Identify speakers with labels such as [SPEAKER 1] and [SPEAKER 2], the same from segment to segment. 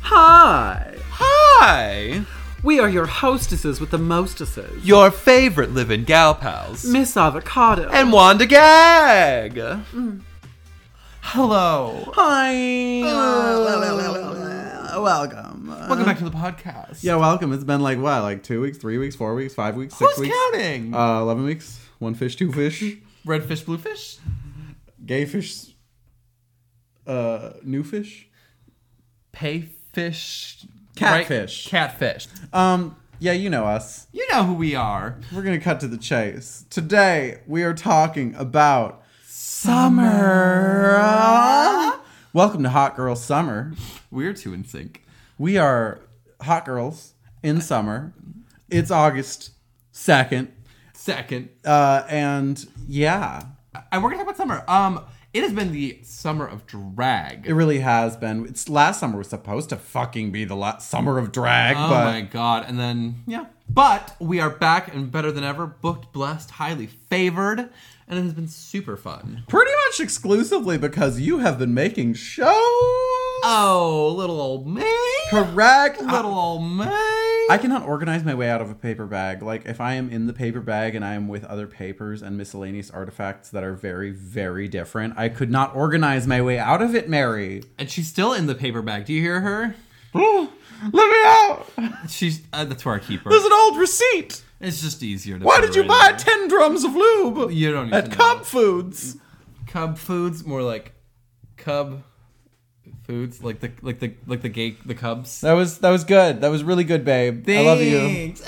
[SPEAKER 1] Hi!
[SPEAKER 2] Hi!
[SPEAKER 1] We are your hostesses with the mostesses.
[SPEAKER 2] Your favorite living gal pals.
[SPEAKER 1] Miss Avocado.
[SPEAKER 2] and Wanda Gag! Mm. Hello. Uh,
[SPEAKER 3] Hi. welcome.
[SPEAKER 2] Welcome back to the podcast.
[SPEAKER 3] yeah, welcome. It's been like what, like two weeks, three weeks, four weeks, five weeks, six
[SPEAKER 2] Who's
[SPEAKER 3] weeks,
[SPEAKER 2] counting?
[SPEAKER 3] uh, eleven weeks. One fish, two fish,
[SPEAKER 2] Red fish, blue fish?
[SPEAKER 3] gay fish, uh, new fish.
[SPEAKER 2] Pay fish.
[SPEAKER 3] Catfish.
[SPEAKER 2] Right? Catfish.
[SPEAKER 3] Um, yeah, you know us.
[SPEAKER 2] You know who we are.
[SPEAKER 3] We're gonna cut to the chase. Today we are talking about summer. uh, Welcome to Hot Girl Summer.
[SPEAKER 2] We're two in sync.
[SPEAKER 3] We are hot girls in summer. It's August second.
[SPEAKER 2] Second.
[SPEAKER 3] Uh, and yeah,
[SPEAKER 2] And we're going to talk about summer. Um, It has been the summer of drag.
[SPEAKER 3] it really has been. It's last summer was supposed to fucking be the last summer of drag,
[SPEAKER 2] Oh
[SPEAKER 3] but
[SPEAKER 2] my god! And then yeah, but we are back and better than ever. Booked, blessed, highly favored, and it has been super fun.
[SPEAKER 3] pretty much exclusively because you have been making shows. Uh,
[SPEAKER 2] Oh, little old me,
[SPEAKER 3] Correct.
[SPEAKER 2] little old me.
[SPEAKER 3] I cannot organize my way out of a paper bag. Like if I am in the paper bag and I am with other papers and miscellaneous artifacts that are very, very different, I could not organize my way out of it, Mary.
[SPEAKER 2] and she's still in the paper bag. Do you hear her?
[SPEAKER 3] Let me out.
[SPEAKER 2] She's uh, that's where I keep her.
[SPEAKER 3] There's an old receipt.
[SPEAKER 2] It's just easier to.
[SPEAKER 3] Why
[SPEAKER 2] put
[SPEAKER 3] did
[SPEAKER 2] her
[SPEAKER 3] you
[SPEAKER 2] in
[SPEAKER 3] buy
[SPEAKER 2] there.
[SPEAKER 3] ten drums of lube?
[SPEAKER 2] You don't need
[SPEAKER 3] at
[SPEAKER 2] to know.
[SPEAKER 3] Cub Foods.
[SPEAKER 2] Cub foods, more like cub foods, like the like the like the gay the cubs.
[SPEAKER 3] That was that was good. That was really good, babe. I love you.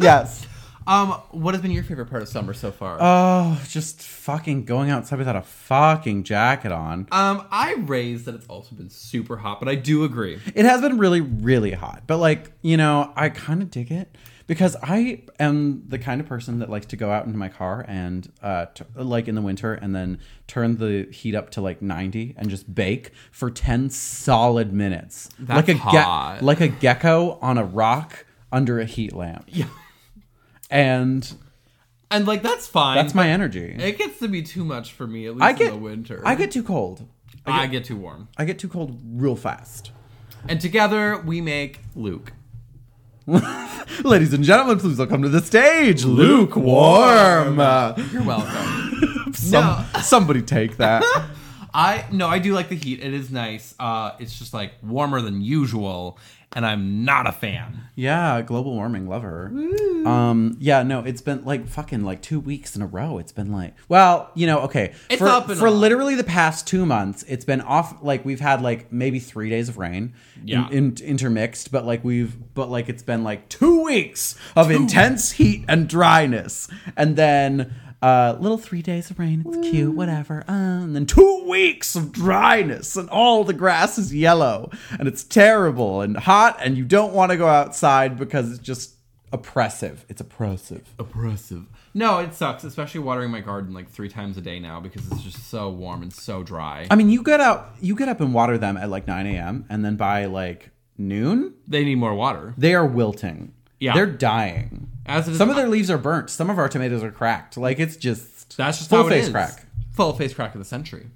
[SPEAKER 3] Yes.
[SPEAKER 2] um, what has been your favorite part of summer so far?
[SPEAKER 3] Oh, just fucking going outside without a fucking jacket on.
[SPEAKER 2] Um, I raised that it's also been super hot, but I do agree.
[SPEAKER 3] It has been really, really hot, but like you know, I kind of dig it because I am the kind of person that likes to go out into my car and uh, t- like in the winter and then turn the heat up to like ninety and just bake for ten solid minutes,
[SPEAKER 2] That's
[SPEAKER 3] like a
[SPEAKER 2] hot.
[SPEAKER 3] like a gecko on a rock under a heat lamp.
[SPEAKER 2] Yeah.
[SPEAKER 3] and
[SPEAKER 2] And like that's fine.
[SPEAKER 3] that's my energy.
[SPEAKER 2] It gets to be too much for me at least
[SPEAKER 3] I get
[SPEAKER 2] in the winter.
[SPEAKER 3] I get too cold.
[SPEAKER 2] I get, too warm.
[SPEAKER 3] I get too cold real fast.
[SPEAKER 2] And together we make Luke.
[SPEAKER 3] Ladies and gentlemen, please welcome to the stage, lukewarm. Uh,
[SPEAKER 2] You're welcome.
[SPEAKER 3] Some, Somebody take that.
[SPEAKER 2] I no, I do like the heat. It is nice. Uh, it's just like warmer than usual, and I'm not a fan.
[SPEAKER 3] yeah, global warming, love her. Um, yeah, no, it's been like fucking like two weeks in a row. It's been like, well, you know, okay,
[SPEAKER 2] It's
[SPEAKER 3] for,
[SPEAKER 2] up and
[SPEAKER 3] for
[SPEAKER 2] on.
[SPEAKER 3] literally the past two months, it's been off. Like we've had like maybe three days of rain, in-
[SPEAKER 2] Yeah.
[SPEAKER 3] in, intermixed, but like we've, but like it's been like two weeks of intense heat and dryness, and then. Uh, little three days of rain. It's cute, whatever. Uh, and then two weeks of dryness, and all the grass is yellow, and it's terrible and hot, and you don't want to go outside because it's just oppressive. It's oppressive.
[SPEAKER 2] Oppressive. No, it sucks, especially watering my garden like three times a day now because it's just so warm and so dry.
[SPEAKER 3] I mean, you get out, you get up and water them at like 9 a.m. and then by like noon,
[SPEAKER 2] they need more water.
[SPEAKER 3] they are wilting.
[SPEAKER 2] Yeah.
[SPEAKER 3] they're dying.
[SPEAKER 2] As it is,
[SPEAKER 3] Some of their leaves are burnt. Some of our tomatoes are cracked. Like it's just
[SPEAKER 2] that's just
[SPEAKER 3] full
[SPEAKER 2] how it
[SPEAKER 3] face
[SPEAKER 2] is.
[SPEAKER 3] crack.
[SPEAKER 2] Full face crack of the century.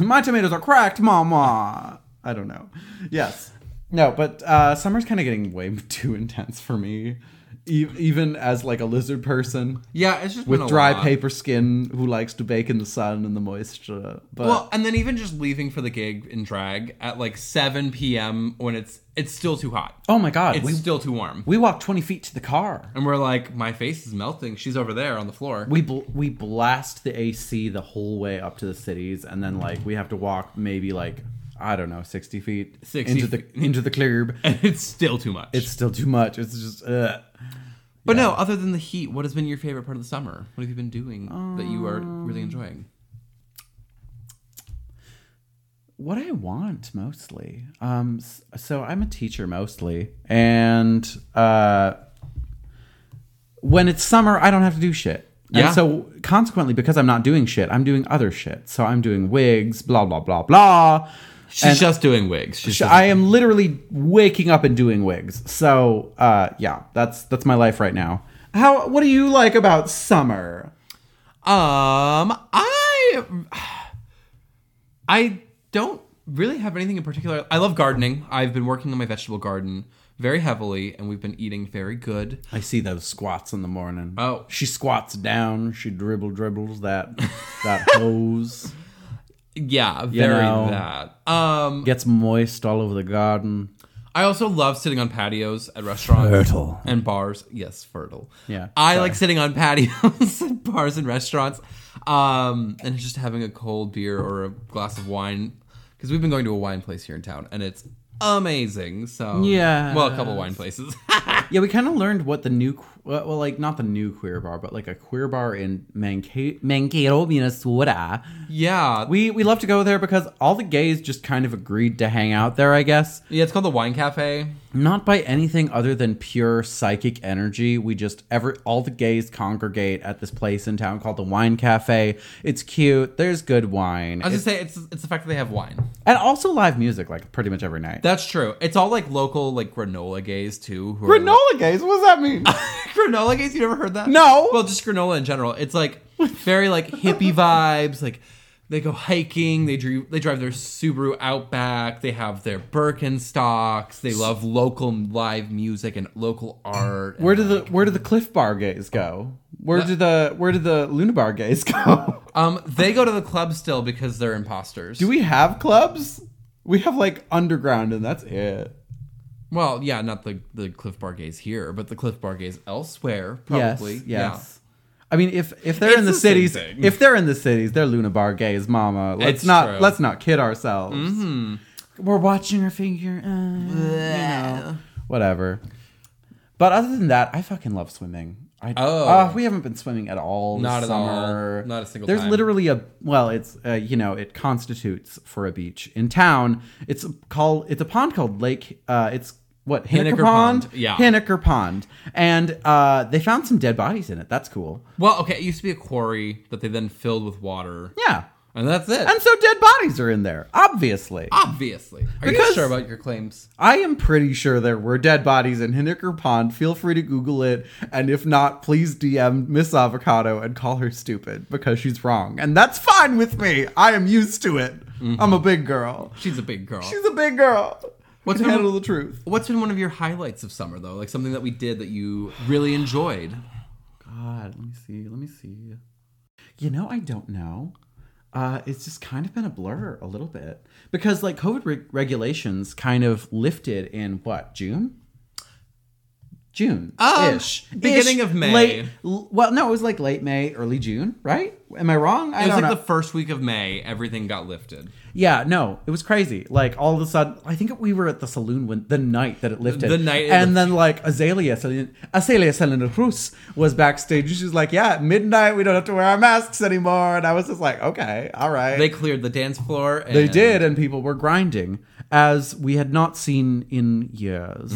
[SPEAKER 3] My tomatoes are cracked, mama. I don't know. Yes. No, but uh, summer's kind of getting way too intense for me, e- even as like a lizard person
[SPEAKER 2] Yeah, it's just
[SPEAKER 3] with
[SPEAKER 2] been a
[SPEAKER 3] dry
[SPEAKER 2] lot.
[SPEAKER 3] paper skin who likes to bake in the sun and the moisture. But
[SPEAKER 2] Well, and then even just leaving for the gig in drag at like 7 p.m. when it's it's still too hot.
[SPEAKER 3] oh my god,
[SPEAKER 2] It's
[SPEAKER 3] we
[SPEAKER 2] still too warm.
[SPEAKER 3] we walked twenty feet to the car.
[SPEAKER 2] and we're like, my face is melting. She's over there on the floor.
[SPEAKER 3] We bl- we blast the AC the whole way up to the cities, and then like we have to walk maybe like I don't know sixty feet
[SPEAKER 2] 60
[SPEAKER 3] into the into the curb.
[SPEAKER 2] and it's still too much.
[SPEAKER 3] It's still too much. It's just ugh.
[SPEAKER 2] but no, other than the heat, what has been your favorite part of the summer? What have you been doing that you are really enjoying?
[SPEAKER 3] what I want mostly. Um, s- so I'm a teacher mostly, and uh, when it's summer, I don't have to do shit.
[SPEAKER 2] Yeah.
[SPEAKER 3] And so consequently, because I'm not doing shit, I'm doing other shit. So I'm doing wigs, blah blah blah blah.
[SPEAKER 2] She's just doing wigs. She's
[SPEAKER 3] Sh- I am literally waking up and doing wigs. So uh, yeah, that's that's my life right now. How? What do you like about summer?
[SPEAKER 2] Um, I I don't really have anything in particular. I love gardening. I've been working on my vegetable garden very heavily, and we've been eating very good.
[SPEAKER 3] I see those squats in the morning.
[SPEAKER 2] Oh.
[SPEAKER 3] she squats down. She dribble dribbles that that hose.
[SPEAKER 2] Yeah, very
[SPEAKER 3] know.
[SPEAKER 2] that. Um,
[SPEAKER 3] Gets moist all over the garden.
[SPEAKER 2] I also love sitting on patios at restaurants
[SPEAKER 3] Fertile.
[SPEAKER 2] and bars. Yes, fertile.
[SPEAKER 3] Yeah,
[SPEAKER 2] I
[SPEAKER 3] sorry.
[SPEAKER 2] like sitting on patios and bars and restaurants, um, and just having a cold beer or a glass of wine because we've been going to a wine place here in town, and it's amazing. So
[SPEAKER 3] Yes.
[SPEAKER 2] well, a couple wine places.
[SPEAKER 3] Yeah, we kind of learned what the new, qu- well, well, like not the new queer bar, but like a queer bar in Manca- Mankato, Minnesota.
[SPEAKER 2] yeah,
[SPEAKER 3] We we love to go there because all the gays just kind of agreed to hang out there, I guess.
[SPEAKER 2] yeah, it's called the Wine Cafe.
[SPEAKER 3] Not by anything other than pure psychic energy. We just ever all the gays congregate at this place in town called the Wine Cafe. It's cute. There's good wine,
[SPEAKER 2] I was gonna say it's it's the fact that they have wine.
[SPEAKER 3] and also live music like pretty much every night.
[SPEAKER 2] That's true. It's all like local like granola gays too. Who are, like-
[SPEAKER 3] Granola gays? What does that mean?
[SPEAKER 2] granola gays. You never heard that?
[SPEAKER 3] No.
[SPEAKER 2] Well, just granola in general. It's like very like hippie vibes. Like they go hiking. They drive. They drive their Subaru Outback. They have their Birkenstocks. They love local live music and local art. and,
[SPEAKER 3] Where do the
[SPEAKER 2] like-
[SPEAKER 3] where do the Cliff Bar gays go? Where do the where do the Luna Bar gays go?
[SPEAKER 2] um they go to the club still because they're imposters.
[SPEAKER 3] Do we have clubs? We have like underground, and that's it.
[SPEAKER 2] Well, yeah, not the the Cliff Bar gays here, but the Cliff Bar gays elsewhere. Probably.
[SPEAKER 3] Yes,
[SPEAKER 2] Yeah.
[SPEAKER 3] yes. I mean, if if they're
[SPEAKER 2] It's
[SPEAKER 3] in the,
[SPEAKER 2] the same
[SPEAKER 3] cities,
[SPEAKER 2] thing.
[SPEAKER 3] if they're in the cities, they're Luna Bar gays, Mama. Let's
[SPEAKER 2] It's
[SPEAKER 3] not
[SPEAKER 2] true. Mm-hmm.
[SPEAKER 3] let's not kid ourselves. We're watching her figure, uh, you know, whatever. But other than that, I fucking love swimming. I,
[SPEAKER 2] Oh.
[SPEAKER 3] uh, we haven't been swimming at all. this
[SPEAKER 2] Not at all.
[SPEAKER 3] summer.
[SPEAKER 2] Not a single
[SPEAKER 3] There's
[SPEAKER 2] time.
[SPEAKER 3] literally a well, it's uh, you know, it constitutes for a beach in town. It's called it's a pond called Lake. Uh, it's what Hinniker,
[SPEAKER 2] Hinniker
[SPEAKER 3] Pond.
[SPEAKER 2] Pond, yeah.
[SPEAKER 3] Hinniker Pond, and uh, they found some dead bodies in it. That's cool.
[SPEAKER 2] Well, okay, it used to be a quarry that they then filled with water.
[SPEAKER 3] Yeah,
[SPEAKER 2] And that's it.
[SPEAKER 3] and so dead bodies are in there. Obviously,
[SPEAKER 2] Obviously. Are
[SPEAKER 3] Because-
[SPEAKER 2] you sure about your claims?
[SPEAKER 3] I am pretty sure there were dead bodies in Hinniker Pond. Feel free to Google it, and if not, please DM Miss Avocado and call her stupid because she's wrong, and that's fine with me. I am used to it.
[SPEAKER 2] Mm-hmm.
[SPEAKER 3] I'm a big girl.
[SPEAKER 2] She's a big girl.
[SPEAKER 3] She's a big girl.
[SPEAKER 2] What's
[SPEAKER 3] What's
[SPEAKER 2] her-
[SPEAKER 3] handle the truth?
[SPEAKER 2] What's been one of your highlights of summer though? Like something that we did that you really enjoyed?
[SPEAKER 3] God, let me see. Let me see. You know, I don't know. Uh, it's just kind of been a blur a little bit because like COVID reg regulations kind of lifted in what June. June,
[SPEAKER 2] Um,
[SPEAKER 3] ish,
[SPEAKER 2] beginning
[SPEAKER 3] Ish.
[SPEAKER 2] of May.
[SPEAKER 3] Late, l- well, no, it was like late May, early June, right? Am I wrong? I
[SPEAKER 2] It was
[SPEAKER 3] don't
[SPEAKER 2] like
[SPEAKER 3] know.
[SPEAKER 2] the first week of May, everything got lifted.
[SPEAKER 3] Yeah, no, it was crazy. Like all of a sudden, I think we were at the saloon when the night that it lifted.
[SPEAKER 2] The night it
[SPEAKER 3] and then like Azalea, Selen- Azalea Selena Cruz was backstage. She's like, "Yeah, at midnight, we don't have to wear our masks anymore." And I was just like, "Okay, all right."
[SPEAKER 2] They cleared the dance floor and
[SPEAKER 3] They did, and people were grinding as we had not seen in years.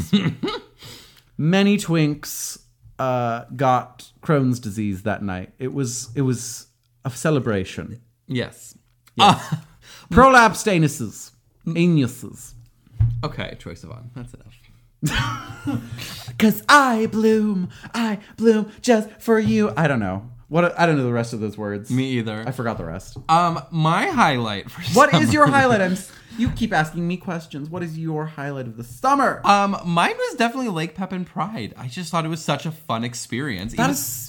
[SPEAKER 3] Many twinks uh, got Crohn's disease that night. It was it was a celebration.
[SPEAKER 2] Yes.
[SPEAKER 3] Ah.
[SPEAKER 2] Mm.
[SPEAKER 3] Prolapsed anuses, anuses.
[SPEAKER 2] Okay, Troy Sivan. That's enough.
[SPEAKER 3] Cause I bloom, I bloom just for you. I don't know what I don't know the rest of those words.
[SPEAKER 2] Me either.
[SPEAKER 3] I forgot the rest.
[SPEAKER 2] um my highlight for
[SPEAKER 3] What is your highlight? I'm. s- You keep asking me questions. What is your highlight of the summer?
[SPEAKER 2] Um, mine was definitely Lake Pepin Pride. I just thought it was such a fun experience.
[SPEAKER 3] that
[SPEAKER 2] Even-
[SPEAKER 3] is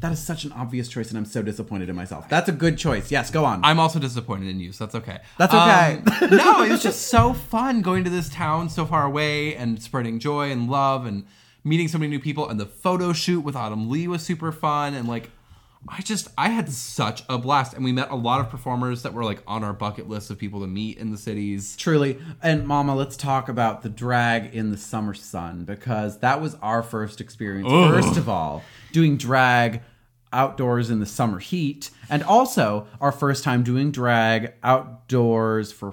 [SPEAKER 3] that is such an obvious choice, and I'm so disappointed in myself. That's a good choice. Yes, go on.
[SPEAKER 2] I'm also disappointed in you, so that's okay.
[SPEAKER 3] That's okay.
[SPEAKER 2] Um, no, it was just so fun going to this town so far away and spreading joy and love and meeting so many new people. And the photo shoot with Autumn Lee was super fun. And like, I just, I had such a blast. And we met a lot of performers that were like on our bucket list of people to meet in the cities.
[SPEAKER 3] Truly. And Mama, let's talk about the drag in the summer sun because that was our first experience. First of all, doing drag outdoors in the summer heat, and also our first time doing drag outdoors for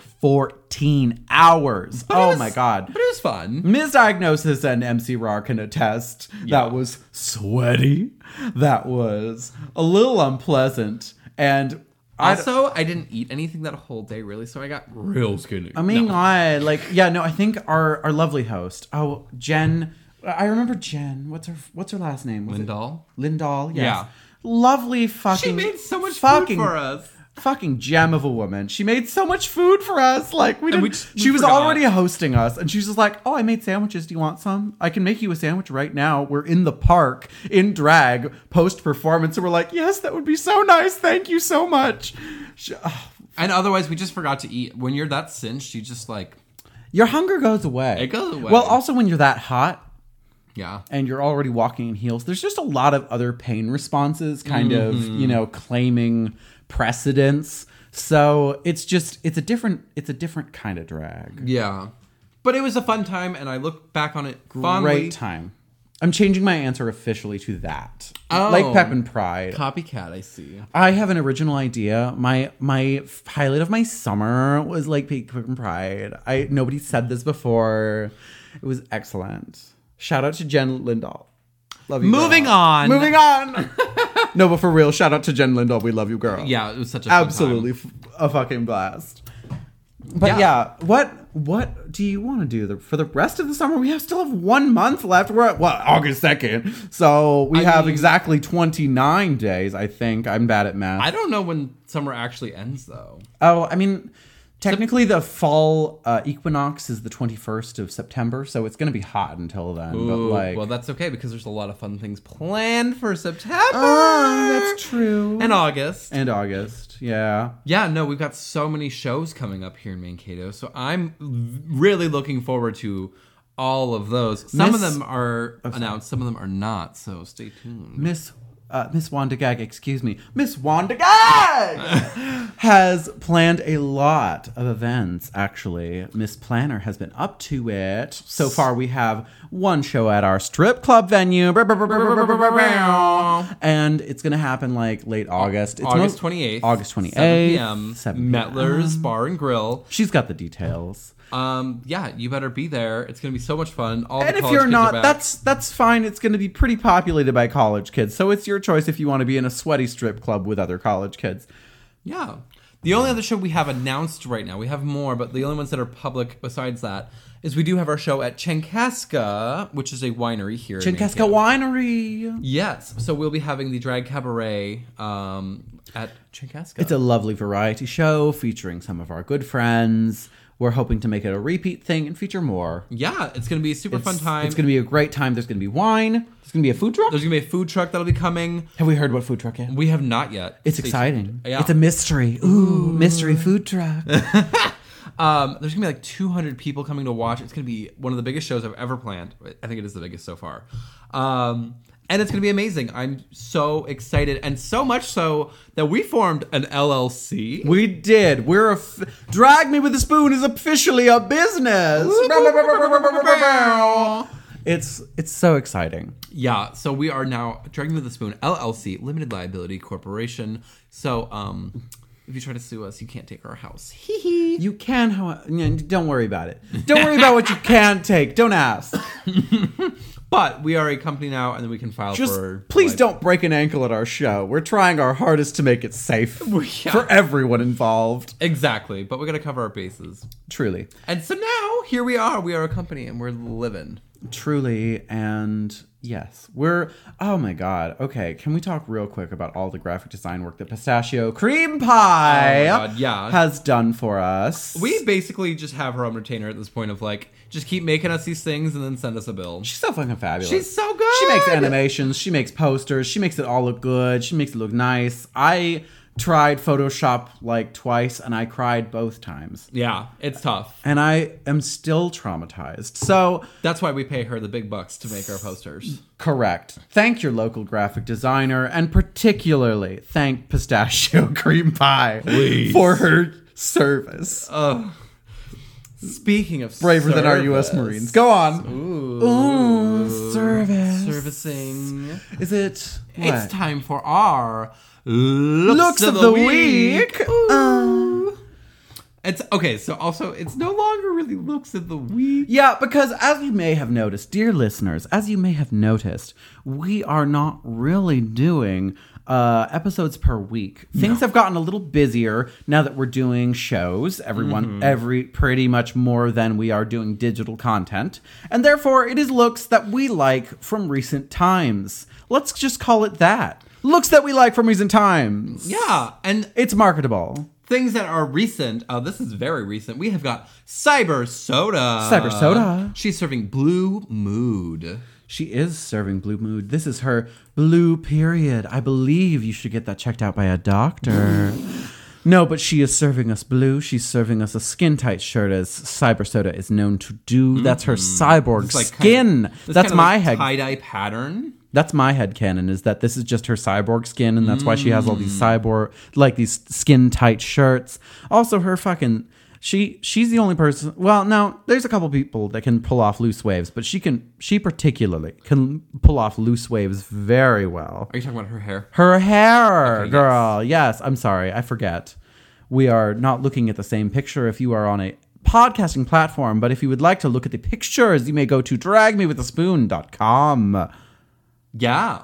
[SPEAKER 3] 14 hours. oh
[SPEAKER 2] was-
[SPEAKER 3] my God.
[SPEAKER 2] But it was
[SPEAKER 3] Mm,
[SPEAKER 2] fun.
[SPEAKER 3] Misdiagnosis and MC Raw can attest that was sweaty, that was a little unpleasant, and I
[SPEAKER 2] Also, I didn't eat anything that whole day, really, so I got real skinny.
[SPEAKER 3] I mean, I like yeah, no, I think our our lovely host, oh Jen, I remember Jen. What's her what's her last name? Was it-
[SPEAKER 2] Lindahl?
[SPEAKER 3] Lindahl. Yes.
[SPEAKER 2] Yeah.
[SPEAKER 3] Lovely fucking.
[SPEAKER 2] She made so much food
[SPEAKER 3] fucking
[SPEAKER 2] for us.
[SPEAKER 3] fucking gem of a woman. She made so much food for us. Like we didn't.
[SPEAKER 2] we just- we
[SPEAKER 3] she was
[SPEAKER 2] forgot.
[SPEAKER 3] already hosting us, and she's just like, "Oh, I made sandwiches. Do you want some? I can make you a sandwich right now. We're in the park in drag post performance, and we're like, yes, that would be so nice. Thank you so much. She- ugh.
[SPEAKER 2] And otherwise, we just forgot to eat. When you're that cinched, you just like,
[SPEAKER 3] your hunger goes away.
[SPEAKER 2] It goes away.
[SPEAKER 3] Well, also when you're that hot,
[SPEAKER 2] yeah.
[SPEAKER 3] and you're already walking in heels, there's just a lot of other pain responses kind
[SPEAKER 2] Mm-hmm.
[SPEAKER 3] of, you know, claiming precedence. So it's just it's a different it's a different kind of drag.
[SPEAKER 2] Yeah. But it was a fun time, and I look back on it fondly.
[SPEAKER 3] Great time. I'm changing my answer officially to that.
[SPEAKER 2] Oh.
[SPEAKER 3] Lake Pepin Pride.
[SPEAKER 2] Copycat, I see.
[SPEAKER 3] I have an original idea. My my f- highlight of my summer was Lake Pepin Pride. I nobody said this before. It was excellent. Shout out to Jen Lindahl. Love you.
[SPEAKER 1] Moving
[SPEAKER 3] girl.
[SPEAKER 1] on.
[SPEAKER 3] Moving on. no, but for real, shout out to Jen Lindahl. We love you, girl.
[SPEAKER 2] Yeah, it was such a fun
[SPEAKER 3] absolutely f- a fucking blast. But yeah. what what do you want to do the, for the rest of the summer? We have still have one month left. We're at what August second, so we
[SPEAKER 2] I
[SPEAKER 3] have
[SPEAKER 2] mean-
[SPEAKER 3] exactly twenty nine days. I think I'm bad at math.
[SPEAKER 2] time. I don't know when summer actually ends, though.
[SPEAKER 3] Oh, I mean, technically the fall uh, equinox is the 21st of September, so it's going to be hot until then. but
[SPEAKER 2] Ooh,
[SPEAKER 3] like,
[SPEAKER 2] well, that's okay because there's a lot of fun things planned for September.
[SPEAKER 3] Ah, that's true.
[SPEAKER 2] And August.
[SPEAKER 3] And August, yeah.
[SPEAKER 2] Yeah, no, we've got so many shows coming up here in Mankato, so I'm really looking forward to all of those. Some of
[SPEAKER 3] Miss-
[SPEAKER 2] them are announced, some of them are not, so stay tuned.
[SPEAKER 3] Miss uh, Miss Wandagag, excuse me, Miss Wandagag has planned a lot of events. Actually, Miss Planner has been up to it. So far, we have one show at our strip club venue, and it's going to happen like late August. It's
[SPEAKER 2] August
[SPEAKER 3] mo-
[SPEAKER 2] 28th.
[SPEAKER 3] August
[SPEAKER 2] 7
[SPEAKER 3] 28th,
[SPEAKER 2] p.m.
[SPEAKER 3] 7 p.m.
[SPEAKER 2] Metler's Bar and Grill.
[SPEAKER 3] She's got the details.
[SPEAKER 2] Um, yeah, you better be there. It's going to be so much fun. All the
[SPEAKER 3] and if
[SPEAKER 2] college
[SPEAKER 3] you're
[SPEAKER 2] kids
[SPEAKER 3] not
[SPEAKER 2] are back.
[SPEAKER 3] that's that's fine it's going to be pretty populated by college kids so it's your choice if you want to be in a sweaty strip club with other college kids
[SPEAKER 2] Yeah. The only other show we have announced right now, we have more, but the only ones that are public besides that is we do have our show at Chenkaska, which is a winery here. in
[SPEAKER 3] Chinkaska
[SPEAKER 2] Mankato.
[SPEAKER 3] Winery.
[SPEAKER 2] Yes. So we'll be having the drag cabaret um, at Chenkaska.
[SPEAKER 3] It's a lovely variety show featuring some of our good friends. We're hoping to make it a repeat thing and feature more.
[SPEAKER 2] yeah, it's going to be a super fun time.
[SPEAKER 3] It's going to be a great time. There's going to be wine. There's going to be a food truck.
[SPEAKER 2] There's going to be a food truck that'll be coming.
[SPEAKER 3] Have we heard what food truck is?
[SPEAKER 2] We have not yet.
[SPEAKER 3] It's
[SPEAKER 2] Stay
[SPEAKER 3] exciting.
[SPEAKER 2] tuned. Yeah.
[SPEAKER 3] It's a mystery. Ooh, mystery food truck.
[SPEAKER 2] um, there's gonna be like 200 people coming to watch. It's gonna be one of the biggest shows I've ever planned. I think it is the biggest so far, um, and it's gonna be amazing. I'm so excited, and so much so that we formed an LLC.
[SPEAKER 3] we did. We're a f- Drag Me with a Spoon is officially a business. it's it's so exciting.
[SPEAKER 2] Yeah, so we are now Dragon with a Spoon LLC, limited liability corporation. So, um, if you try to sue us, you can't take our house. Hee hee.
[SPEAKER 3] You can, how don't worry about it. Don't worry about what you can take. Don't ask.
[SPEAKER 2] But we are a company now, and then we can file
[SPEAKER 3] Just
[SPEAKER 2] for.
[SPEAKER 3] please
[SPEAKER 2] like-
[SPEAKER 3] don't break an ankle at our show. We're trying our hardest to make it safe
[SPEAKER 2] yeah.
[SPEAKER 3] for everyone involved.
[SPEAKER 2] Exactly, but we're gonna cover our bases.
[SPEAKER 3] Truly,
[SPEAKER 2] And so now here we are. We are a company and we're living.
[SPEAKER 3] truly, and yes, we're. Oh my god. Okay, can we talk real quick about all the graphic design work that Pistachio Cream Pie
[SPEAKER 2] Oh my God, yeah.
[SPEAKER 3] has done for us?
[SPEAKER 2] We basically just have her on retainer at this point of like, just keep making us these things and then send us a bill.
[SPEAKER 3] She's so fucking fabulous.
[SPEAKER 2] She's so good.
[SPEAKER 3] She makes animations, she makes posters, she makes it all look good, she makes it look nice. I tried Photoshop like twice and I cried both times.
[SPEAKER 2] Yeah, it's tough.
[SPEAKER 3] And I am still traumatized. So,
[SPEAKER 2] That's why we pay her the big bucks to make our posters.
[SPEAKER 3] correct. Thank your local graphic designer and particularly thank Pistachio Cream Pie for her service.
[SPEAKER 2] Speaking of
[SPEAKER 3] Braver than our
[SPEAKER 2] service-
[SPEAKER 3] US Marines. Go on.
[SPEAKER 2] Ooh,
[SPEAKER 3] Ooh, service.
[SPEAKER 2] servicing.
[SPEAKER 3] Is it what?
[SPEAKER 2] It's time for our looks,
[SPEAKER 3] looks of the, week? Um,
[SPEAKER 2] It's okay. So also, it's no longer really looks of the week.
[SPEAKER 3] Yeah, because as you may have noticed, dear listeners, as you may have noticed, we are not really doing uh, episodes per week. Things have gotten a little busier now that we're doing shows, everyone, every pretty much more than we are doing digital content, and therefore it is looks that we like from recent times. Let's just call it that. looks that we like from recent times.
[SPEAKER 2] Yeah, and
[SPEAKER 3] It's marketable.
[SPEAKER 2] things that are recent. Uh, this is very recent. We have got Cyber Soda.
[SPEAKER 3] Cyber Soda.
[SPEAKER 2] She's serving Blue Mood.
[SPEAKER 3] She is serving blue mood. This is her blue period. I believe you should get that checked out by a doctor. No, but she is serving us blue. She's serving us a skin tight shirt, as Cyber Soda is known to do. That's her cyborg
[SPEAKER 2] Mm. It's like
[SPEAKER 3] skin.
[SPEAKER 2] kinda- it's
[SPEAKER 3] that's
[SPEAKER 2] kinda
[SPEAKER 3] my
[SPEAKER 2] like
[SPEAKER 3] head.
[SPEAKER 2] tie-dye pattern.
[SPEAKER 3] That's my head canon is that this is just her cyborg skin, and that's why she has all these cyborg like these skin tight shirts. Also, her fucking she she's the only person. Well, no, there's a couple people that can pull off loose waves, but she can she particularly can pull off loose waves very well.
[SPEAKER 2] Are you talking about her hair?
[SPEAKER 3] Her hair,
[SPEAKER 2] yes.
[SPEAKER 3] girl. Yes. I'm sorry, I forget. We are not looking at the same picture if you are on a podcasting platform, but if you would like to look at the pictures, you may go to dragmewithaspoon.com.
[SPEAKER 2] Yeah.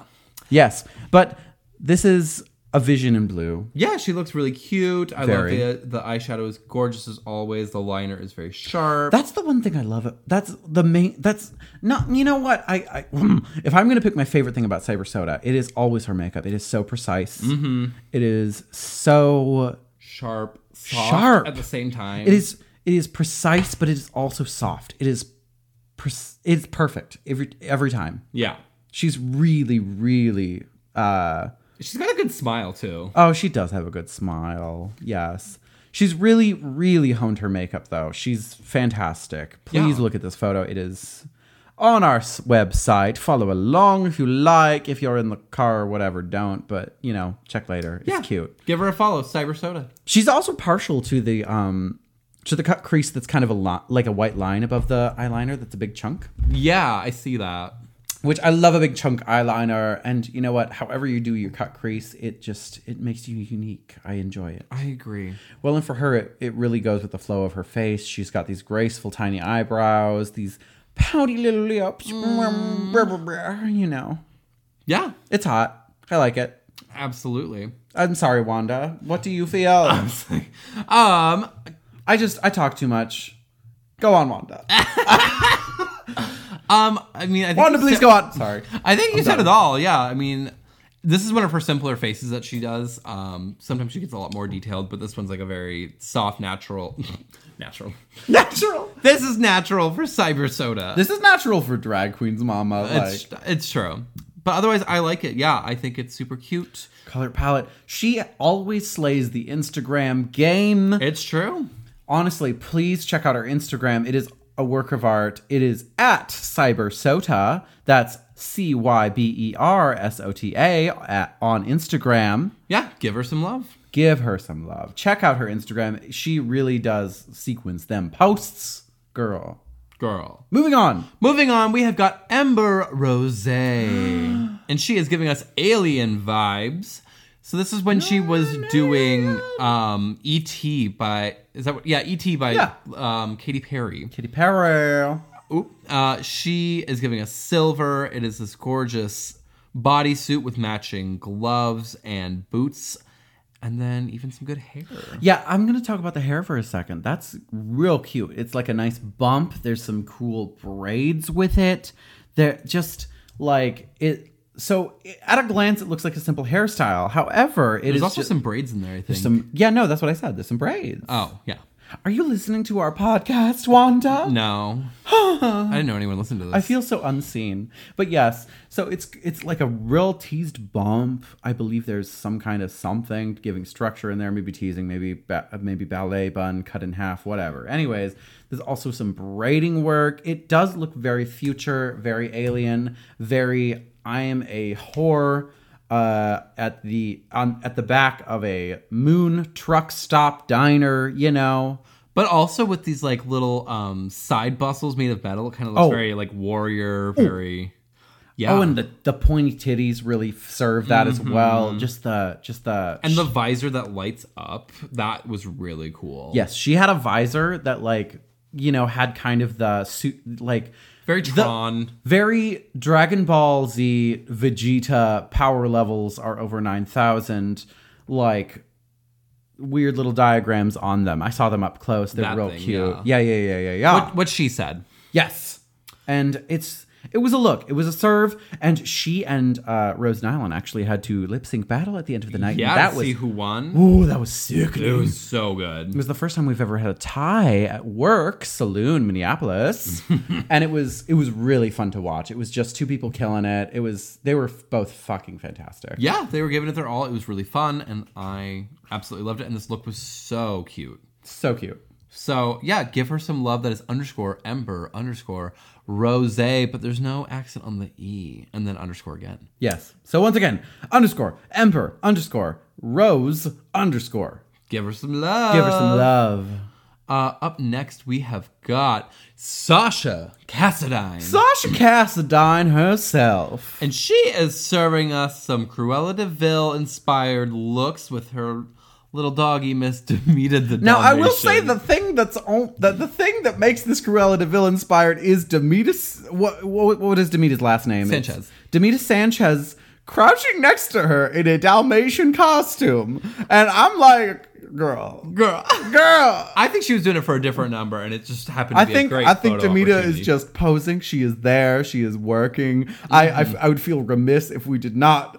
[SPEAKER 3] Yes, but this is a vision in blue.
[SPEAKER 2] Yeah, she looks really cute. I
[SPEAKER 3] Very.
[SPEAKER 2] love the the eyeshadow is gorgeous as always. The liner is very sharp.
[SPEAKER 3] That's the one thing I love. That's the main. That's not. You know what? I. I if I'm going to pick my favorite thing about Cyber Soda, it is always her makeup. It is so precise. Mm-hmm. is so.
[SPEAKER 2] sharp, soft
[SPEAKER 3] Sharp.
[SPEAKER 2] at the same time.
[SPEAKER 3] It is. It is precise, but it is also soft. It is. Pres- it's perfect every every time.
[SPEAKER 2] Yeah,
[SPEAKER 3] She's really, really. uh
[SPEAKER 2] she's got a good smile too.
[SPEAKER 3] Oh, she does have a good smile. Yes. She's really, really honed her makeup, though. She's fantastic. Please
[SPEAKER 2] Yeah.
[SPEAKER 3] look at this photo. It is on our s- website. Follow along if you like. If you're in the car or whatever, don't. But, you know, check later. It's
[SPEAKER 2] yeah,
[SPEAKER 3] cute.
[SPEAKER 2] Give her a follow, Cyber Soda.
[SPEAKER 3] She's also partial to the, um, to the cut crease that's kind of a lot like a white line above the eyeliner that's a big chunk
[SPEAKER 2] Yeah, I see that.
[SPEAKER 3] which i love a big chunk eyeliner and you know what however you do your cut crease it just it makes you unique i enjoy it
[SPEAKER 2] I agree.
[SPEAKER 3] Well, and for her, it, it really goes with the flow of her face. She's got these graceful, tiny eyebrows, these pouty little lips. Brr, brr, brr, You know,
[SPEAKER 2] Yeah,
[SPEAKER 3] it's hot. I like it.
[SPEAKER 2] absolutely.
[SPEAKER 3] I'm sorry, Wanda. What do you
[SPEAKER 2] Ah.
[SPEAKER 3] feel?
[SPEAKER 2] um,
[SPEAKER 3] I just, I talk too much. Go on, Wanda.
[SPEAKER 2] um, I mean, I think
[SPEAKER 3] Wanda,
[SPEAKER 2] you
[SPEAKER 3] please
[SPEAKER 2] said-
[SPEAKER 3] go on. Sorry.
[SPEAKER 2] I think you said it all. Yeah, I mean, this is one of her simpler faces that she does. Um, sometimes she gets a lot more detailed, but this one's like a very soft, natural, natural.
[SPEAKER 3] Natural.
[SPEAKER 2] This is natural for Cyber Soda.
[SPEAKER 3] This is natural for drag queens, mama. Like,
[SPEAKER 2] it's, it's true. But otherwise, I like it. Yeah, I think it's super cute.
[SPEAKER 3] color palette. She always slays the Instagram game.
[SPEAKER 2] It's true.
[SPEAKER 3] honestly, please check out our Instagram. It is a work of art. It is at Cyber Sota. That's C Y B E R S O T A at- on Instagram.
[SPEAKER 2] Yeah, give her some love.
[SPEAKER 3] Give her some love. Check out her Instagram. She really does sequence them posts, girl.
[SPEAKER 2] Girl.
[SPEAKER 3] Moving on.
[SPEAKER 2] Moving on, we have got Ember Rose. and she is giving us alien vibes. So this is when she was doing um E.T. by is that what yeah, E.T. by
[SPEAKER 3] Yeah.
[SPEAKER 2] um Katy Perry.
[SPEAKER 3] Kitty Perry.
[SPEAKER 2] Oop. Uh, she is giving us silver. It is this gorgeous bodysuit with matching gloves and boots, and then even some good hair.
[SPEAKER 3] Yeah, I'm going to talk about the hair for a second. That's real cute. It's like a nice bump. There's some cool braids with it. They're just like it. So at a glance, it looks like a simple hairstyle. However, it
[SPEAKER 2] There's
[SPEAKER 3] is
[SPEAKER 2] also
[SPEAKER 3] just
[SPEAKER 2] some braids in there, I think.
[SPEAKER 3] some. Yeah, no, that's what I said. There's some braids.
[SPEAKER 2] oh, yeah.
[SPEAKER 3] Are you listening to our podcast, Wanda?
[SPEAKER 2] No. I didn't know anyone listened to this.
[SPEAKER 3] I feel so unseen. But yes, so it's it's like a real teased bump. I believe there's some kind of something giving structure in there, maybe teasing, maybe ba- maybe ballet bun cut in half, whatever. Anyways, there's also some braiding work. It does look very future, very alien, very I am a whore. Uh, at the on at the back of a moon truck stop diner, you know,
[SPEAKER 2] But also with these like little um side bustles made of metal, it kind of looks
[SPEAKER 3] Oh.
[SPEAKER 2] very like warrior, very yeah.
[SPEAKER 3] Oh, and the, the pointy titties really f- serve that as well. Just the just the
[SPEAKER 2] Mm-hmm. And the visor that lights up, that was really cool.
[SPEAKER 3] yes, she had a visor that like you know had kind of the suit like
[SPEAKER 2] Very Tron.
[SPEAKER 3] very Dragon Ball Z Vegeta power levels are over nine thousand like weird little diagrams on them. I saw them up close. They're
[SPEAKER 2] That
[SPEAKER 3] real
[SPEAKER 2] thing,
[SPEAKER 3] cute. Yeah, yeah, yeah, yeah, yeah.
[SPEAKER 2] what, what she said.
[SPEAKER 3] yes, and it's It was a look. It was a serve, and she and uh, Rose Nylon actually had to lip sync battle at the end of the night. and
[SPEAKER 2] Yeah,
[SPEAKER 3] that
[SPEAKER 2] to
[SPEAKER 3] was
[SPEAKER 2] see who won.
[SPEAKER 3] ooh, that was sick.
[SPEAKER 2] It was so good.
[SPEAKER 3] It was the first time we've ever had a tie at work saloon Minneapolis, and it was it was really fun to watch. It was just two people killing it. It was they were f- both fucking fantastic.
[SPEAKER 2] Yeah, they were giving it their all. It was really fun, and I absolutely loved it. And this look was so cute.
[SPEAKER 3] So cute.
[SPEAKER 2] So yeah, give her some love. That is underscore Ember underscore Rose, but there's no accent on the e, and then underscore again.
[SPEAKER 3] Yes. So once again, underscore emperor underscore rose underscore.
[SPEAKER 2] Give her some love.
[SPEAKER 3] Give her some love.
[SPEAKER 2] Uh, up next, we have got Sasha Cassadine.
[SPEAKER 3] Sasha Cassadine herself.
[SPEAKER 2] and she is serving us some Cruella de Vil inspired looks with her little doggy, Miss Demita the
[SPEAKER 3] Now I will say
[SPEAKER 2] Dalmatian.
[SPEAKER 3] the thing that's on the, the thing that makes this Cruella de Vil inspired is Demetis. What what, what is Demetis' last name? It's
[SPEAKER 2] Sanchez.
[SPEAKER 3] Demetis Sanchez crouching next to her in a Dalmatian costume, and I'm like, girl,
[SPEAKER 2] girl.
[SPEAKER 3] girl.
[SPEAKER 2] I think she was doing it for a different number, and it just happened to
[SPEAKER 3] I
[SPEAKER 2] be a
[SPEAKER 3] think
[SPEAKER 2] great
[SPEAKER 3] I think
[SPEAKER 2] photo
[SPEAKER 3] Demita is
[SPEAKER 2] opportunity.
[SPEAKER 3] just posing. She is there. She is working. I I
[SPEAKER 2] Mm-hmm.
[SPEAKER 3] f I I, would feel remiss if we did not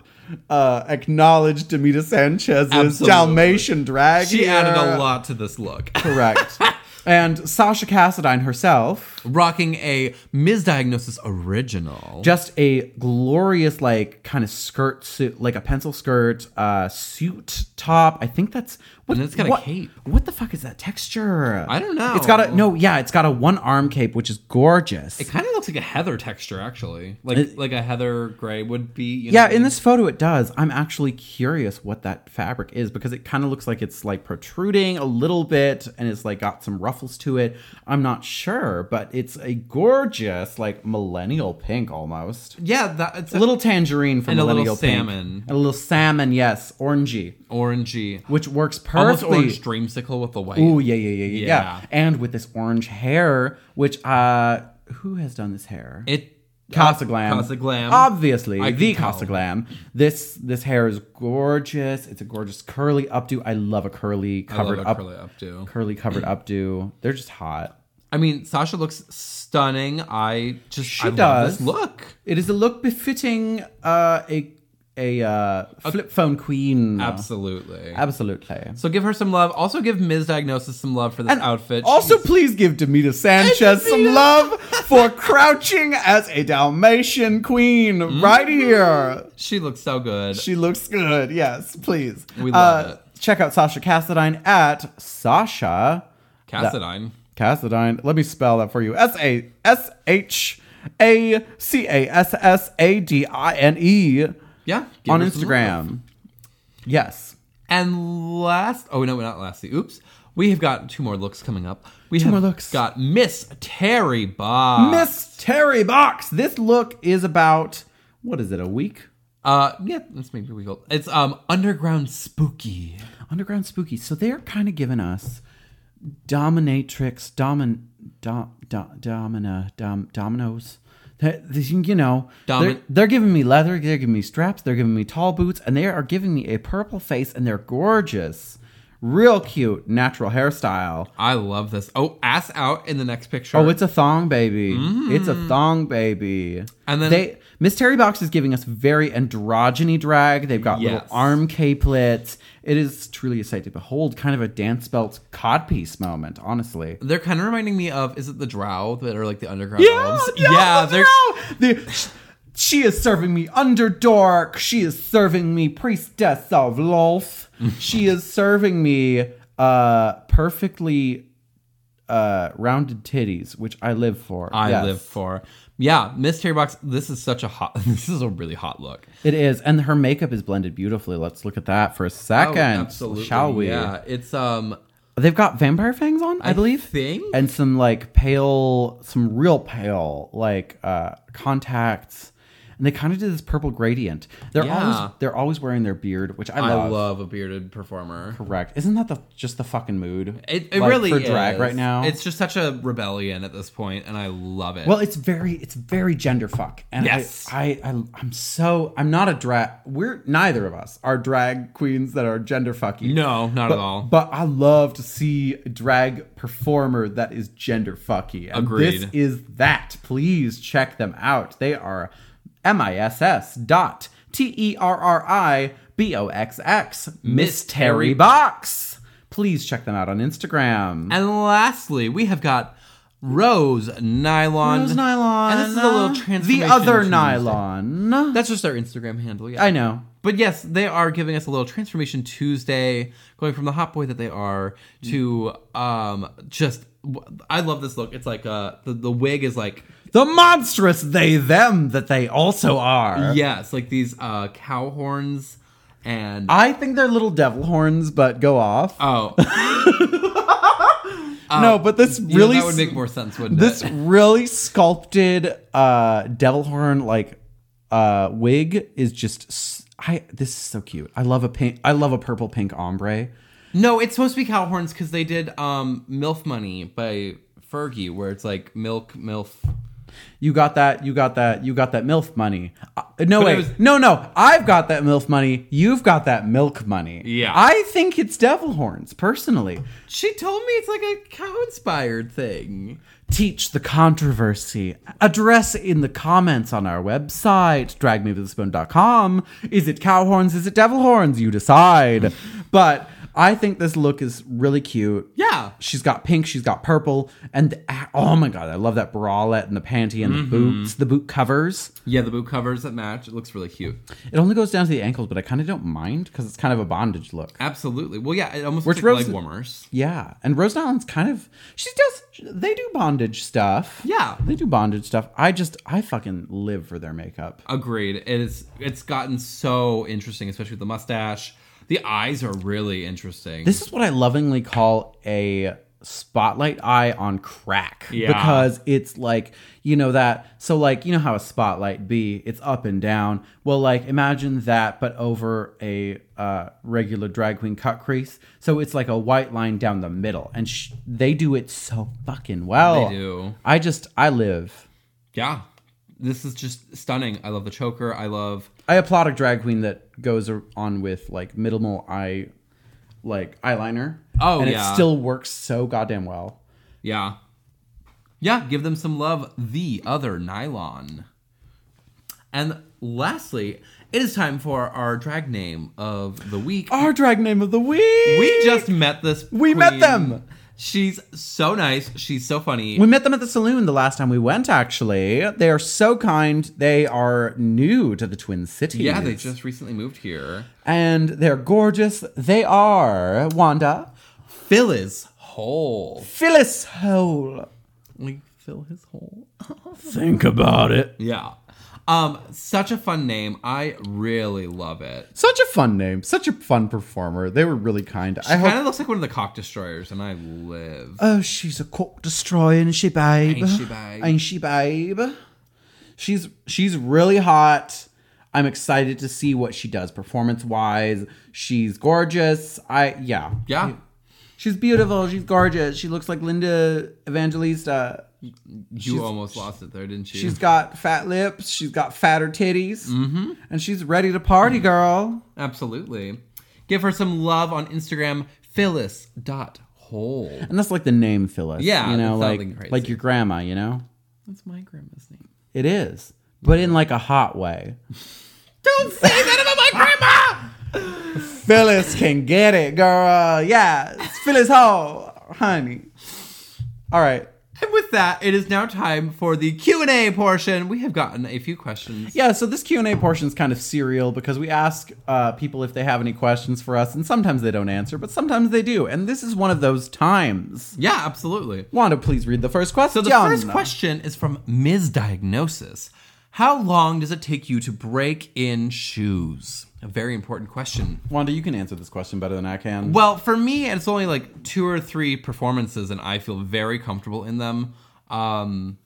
[SPEAKER 3] uh, acknowledge Demita Sanchez's
[SPEAKER 2] Absolutely.
[SPEAKER 3] Dalmatian drag.
[SPEAKER 2] She added
[SPEAKER 3] here.
[SPEAKER 2] a lot to this look.
[SPEAKER 3] Correct. and Sasha Cassadine herself,
[SPEAKER 2] Rocking a misdiagnosis original.
[SPEAKER 3] just a glorious like kind of skirt suit, like a pencil skirt uh, suit top. I think that's what
[SPEAKER 2] And it's got a
[SPEAKER 3] what-
[SPEAKER 2] cape.
[SPEAKER 3] What the fuck is that texture?
[SPEAKER 2] I don't know.
[SPEAKER 3] It's got a no, yeah, it's got a one arm cape, which is gorgeous.
[SPEAKER 2] It kind of looks like a heather texture, actually, like
[SPEAKER 3] It-
[SPEAKER 2] like a heather gray would be. You know
[SPEAKER 3] yeah,
[SPEAKER 2] what I
[SPEAKER 3] in
[SPEAKER 2] mean?
[SPEAKER 3] this photo it does. I'm actually curious what that fabric is because it kind of looks like it's like protruding a little bit and it's like got some ruffles to it. I'm not sure, but it's a gorgeous like millennial pink almost.
[SPEAKER 2] yeah, that, it's
[SPEAKER 3] a little tangerine from
[SPEAKER 2] And a little
[SPEAKER 3] millennial pink.
[SPEAKER 2] salmon.
[SPEAKER 3] and a little salmon yes orangey
[SPEAKER 2] orangey,
[SPEAKER 3] which works
[SPEAKER 2] almost
[SPEAKER 3] perfectly
[SPEAKER 2] orange dreamsicle with the white.
[SPEAKER 3] oh yeah yeah yeah
[SPEAKER 2] Yeah.
[SPEAKER 3] yeah yeah and with this orange hair which uh who has done this hair
[SPEAKER 2] It
[SPEAKER 3] Casa Glam.
[SPEAKER 2] Casa Glam.
[SPEAKER 3] Obviously,
[SPEAKER 2] I can
[SPEAKER 3] the
[SPEAKER 2] tell.
[SPEAKER 3] Casa Glam. This this hair is gorgeous. It's a gorgeous curly updo. I love a curly
[SPEAKER 2] I love
[SPEAKER 3] covered
[SPEAKER 2] a
[SPEAKER 3] up
[SPEAKER 2] curly up too.
[SPEAKER 3] curly covered updo. They're just hot.
[SPEAKER 2] I mean, Sasha looks stunning. I just
[SPEAKER 3] She
[SPEAKER 2] I love this
[SPEAKER 3] does.
[SPEAKER 2] look.
[SPEAKER 3] It is a look befitting uh, a a uh, flip phone queen.
[SPEAKER 2] Absolutely.
[SPEAKER 3] Absolutely.
[SPEAKER 2] So give her some love. Also give Misdiagnosis some love for this outfit.
[SPEAKER 3] Also, please give Demita Sanchez some love for crouching as a Dalmatian queen right here.
[SPEAKER 2] she looks so good.
[SPEAKER 3] She looks good. Yes, please.
[SPEAKER 2] We love
[SPEAKER 3] it. Check out Sasha Cassadine at Sasha
[SPEAKER 2] Cassadine.
[SPEAKER 3] Cassadine. Let me spell that for you. S A S H A C A S S A D I N E
[SPEAKER 2] Yeah. give
[SPEAKER 3] on
[SPEAKER 2] her some love.
[SPEAKER 3] Instagram. Yes.
[SPEAKER 2] And last, oh no, not lastly. Oops, we have got two more looks coming up. We have
[SPEAKER 3] more looks.
[SPEAKER 2] got Miss Terry Bob.
[SPEAKER 3] Miss Terry Box. This look is about what is it? A week?
[SPEAKER 2] Uh, yeah, that's maybe we go. It's um underground spooky.
[SPEAKER 3] Underground Spooky. So they're kind of giving us dominatrix, domin, dom, dom, domina, dom, dominoes. That- this- You know,
[SPEAKER 2] Domin-
[SPEAKER 3] they're, they're giving me leather, they're giving me straps, they're giving me tall boots, and they are giving me a purple face, and they're gorgeous. Real cute, natural hairstyle.
[SPEAKER 2] I love this. Oh, ass out in the next picture.
[SPEAKER 3] Oh, it's a thong baby. It's a thong baby.
[SPEAKER 2] Mm. And then-
[SPEAKER 3] they Miss Terry Box is giving us very androgyny drag. They've got
[SPEAKER 2] Yes.
[SPEAKER 3] little arm capelets. It is truly a sight to behold. Kind of a dance belt codpiece moment, honestly.
[SPEAKER 2] they're kind of reminding me of is it the Drow that are like the underground elves?
[SPEAKER 3] they're the, she is serving me underdark. She is serving me priestess of lolf. she is serving me uh perfectly uh rounded titties, which I live for.
[SPEAKER 2] I
[SPEAKER 3] Yes.
[SPEAKER 2] live for. Yeah, Miss Terry Box. This is such a hot. This is a really hot look.
[SPEAKER 3] It is, and her makeup is blended beautifully. Let's look at that for a second, shall we?
[SPEAKER 2] Oh, Yeah, it's um.
[SPEAKER 3] They've got vampire fangs on, I, believe,
[SPEAKER 2] think
[SPEAKER 3] and some like pale, some real pale, like uh contacts, and and they kind of did this purple gradient. They're
[SPEAKER 2] Yeah.
[SPEAKER 3] always they're always wearing their beard, which I
[SPEAKER 2] I
[SPEAKER 3] love.
[SPEAKER 2] love a bearded performer.
[SPEAKER 3] Correct? Isn't that the just the fucking mood?
[SPEAKER 2] It, it
[SPEAKER 3] Like,
[SPEAKER 2] really
[SPEAKER 3] for drag
[SPEAKER 2] is.
[SPEAKER 3] right now.
[SPEAKER 2] It's just such a rebellion at this point, and I love it.
[SPEAKER 3] Well, it's very it's very gender fuck, and
[SPEAKER 2] Yes.
[SPEAKER 3] I, I I I'm so I'm not a drag. We're neither of us are drag queens that are gender fucky.
[SPEAKER 2] no, not
[SPEAKER 3] but,
[SPEAKER 2] at all.
[SPEAKER 3] But I love to see a drag performer that is gender fucky. And This
[SPEAKER 2] Agreed.
[SPEAKER 3] is that. Please check them out. They are M I S S dot T E R R I B O X X Miss Terry Box. Please check them out on Instagram.
[SPEAKER 2] and lastly, we have got Rose Nylon.
[SPEAKER 3] Rose nylon.
[SPEAKER 2] And this is a little transformation.
[SPEAKER 3] The other
[SPEAKER 2] Tuesday.
[SPEAKER 3] nylon.
[SPEAKER 2] That's just our Instagram handle. Yeah.
[SPEAKER 3] I know.
[SPEAKER 2] But yes, they are giving us a little transformation Tuesday, going from the hot boy that they are to um just. I love this look. It's like uh the, the wig is like
[SPEAKER 3] The monstrous they them that they also are.
[SPEAKER 2] yes, like these uh cow horns and
[SPEAKER 3] I think they're little devil horns, but go off.
[SPEAKER 2] oh
[SPEAKER 3] no, but this
[SPEAKER 2] Uh, you know,
[SPEAKER 3] really
[SPEAKER 2] that would make more sense, wouldn't
[SPEAKER 3] this
[SPEAKER 2] it?
[SPEAKER 3] really sculpted uh devil horn like uh wig is just s- I this is so cute. I love a pink I love a purple pink ombre.
[SPEAKER 2] No, it's supposed to be cow horns because they did um MILF Money by Fergie, where it's like milk milf.
[SPEAKER 3] You got that. You got that. You got that MILF money. Uh, no,
[SPEAKER 2] But it
[SPEAKER 3] wait.
[SPEAKER 2] was-
[SPEAKER 3] no, no. I've got that MILF money. You've got that milk money.
[SPEAKER 2] Yeah.
[SPEAKER 3] I think it's devil horns, personally.
[SPEAKER 2] She told me it's like a cow inspired thing.
[SPEAKER 3] Teach the controversy. Address in the comments on our website, dragmewithaspoon.com. Is it cow horns? Is it devil horns? You decide. but I think this look is really cute.
[SPEAKER 2] Yeah.
[SPEAKER 3] She's got pink, she's got purple, and the, oh my god, I love that bralette and the panty and the boots, the boot covers.
[SPEAKER 2] Yeah, the boot covers that match. It looks really cute.
[SPEAKER 3] It only goes down to the ankles, but I kind of don't mind because it's kind of a bondage look.
[SPEAKER 2] Absolutely. Well, yeah, it almost
[SPEAKER 3] Which
[SPEAKER 2] looks like
[SPEAKER 3] Rose-
[SPEAKER 2] leg warmers.
[SPEAKER 3] Yeah, and Rose Island's kind of she does they do bondage stuff.
[SPEAKER 2] Yeah.
[SPEAKER 3] they do bondage stuff. I just I fucking live for their makeup.
[SPEAKER 2] Agreed. It is. It's gotten so interesting, especially with the mustache. The eyes are really interesting.
[SPEAKER 3] This is what I lovingly call a spotlight eye on crack
[SPEAKER 2] Yeah.
[SPEAKER 3] because it's like you know that so like you know how a spotlight be it's up and down well like imagine that but over a uh regular drag queen cut crease so it's like a white line down the middle and sh- they do it so fucking well
[SPEAKER 2] They do.
[SPEAKER 3] i just i live
[SPEAKER 2] yeah, this is just stunning. I love the choker. I love.
[SPEAKER 3] I applaud a drag queen that goes ar- on with like minimal eye, like eyeliner.
[SPEAKER 2] Oh,
[SPEAKER 3] and
[SPEAKER 2] yeah.
[SPEAKER 3] it still works so goddamn well.
[SPEAKER 2] Yeah, yeah. Give them some love. The other nylon. And lastly, it is time for our drag name of the week.
[SPEAKER 3] Our drag name of the week.
[SPEAKER 2] we just met this.
[SPEAKER 3] We met them!
[SPEAKER 2] She's so nice. She's so funny.
[SPEAKER 3] We met them at the saloon the last time we went. Actually, they are so kind. They are new to the Twin Cities.
[SPEAKER 2] yeah, they just recently moved here.
[SPEAKER 3] and they're gorgeous. They are Wanda
[SPEAKER 2] Fill his hole.
[SPEAKER 3] Phyllis Hole.
[SPEAKER 2] Like fill his hole.
[SPEAKER 3] Think about it.
[SPEAKER 2] Yeah. Um, such a fun name. I really love it.
[SPEAKER 3] Such a fun name. Such a fun performer. They were really kind. I hope
[SPEAKER 2] Kind of looks like one of the cock destroyers, and I live.
[SPEAKER 3] Oh, she's a cock destroyer, ain't she, babe?
[SPEAKER 2] Ain't she, babe?
[SPEAKER 3] Ain't she, babe? She's she's really hot. I'm excited to see what she does performance wise. She's gorgeous. I yeah.
[SPEAKER 2] yeah.
[SPEAKER 3] She's beautiful. She's gorgeous. She looks like Linda Evangelista.
[SPEAKER 2] You almost lost it there, didn't you?
[SPEAKER 3] She's got fat lips. She's got fatter titties. Mm-hmm. And she's ready to party,
[SPEAKER 2] Mm-hmm.
[SPEAKER 3] girl.
[SPEAKER 2] Absolutely. Give her some love on Instagram, phyllis.hole.
[SPEAKER 3] And that's like the name Phyllis.
[SPEAKER 2] Yeah,
[SPEAKER 3] you know,
[SPEAKER 2] it's
[SPEAKER 3] like
[SPEAKER 2] something crazy.
[SPEAKER 3] like your grandma. You know,
[SPEAKER 2] That's my grandma's name.
[SPEAKER 3] it is, but in like a hot way.
[SPEAKER 2] Don't say that about my grandma!
[SPEAKER 3] Phyllis can get it, girl. Yeah, it's Phyllis Hall, honey. All right.
[SPEAKER 2] And with that, it is now time for the Q&A portion. We have gotten a few questions.
[SPEAKER 3] Yeah, so this Q and A portion is kind of serial because we ask uh, people if they have any questions for us, and sometimes they don't answer, but sometimes they do, and this is one of those times.
[SPEAKER 2] Yeah, absolutely.
[SPEAKER 3] Wanda, please read the first question.
[SPEAKER 2] So the first question is from Ms. Diagnosis. How long does it take you to break in shoes? A very important question.
[SPEAKER 3] Wanda, you can answer this question better than I can.
[SPEAKER 2] Well, for me, it's only like two or three performances, and I feel very comfortable in them. Um,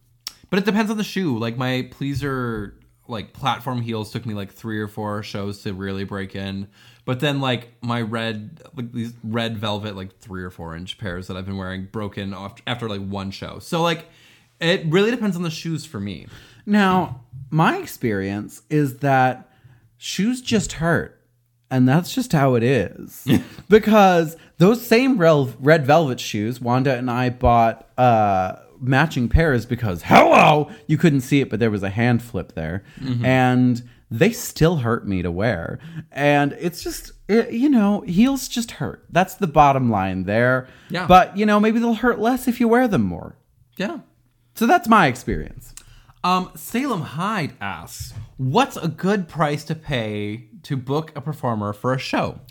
[SPEAKER 2] but it depends on the shoe. Like my pleaser like platform heels took me like three or four shows to really break in. But then like my red like these red velvet like three or four inch pairs that I've been wearing broken off after like one show. So like it really depends on the shoes for me.
[SPEAKER 3] Now, my experience is that shoes just hurt, and that's just how it is. because those same rel- red velvet shoes, Wanda and I bought uh, matching pairs because, hello, you couldn't see it, but there was a hand flip there.
[SPEAKER 2] Mm-hmm.
[SPEAKER 3] And they still hurt me to wear. And it's just, it, you know, heels just hurt. That's the bottom line there.
[SPEAKER 2] Yeah.
[SPEAKER 3] But, you know, maybe they'll hurt less if you wear them more.
[SPEAKER 2] Yeah.
[SPEAKER 3] So that's my experience.
[SPEAKER 2] Um, Salem Hyde asks, "What's a good price to pay to book a performer for a show?"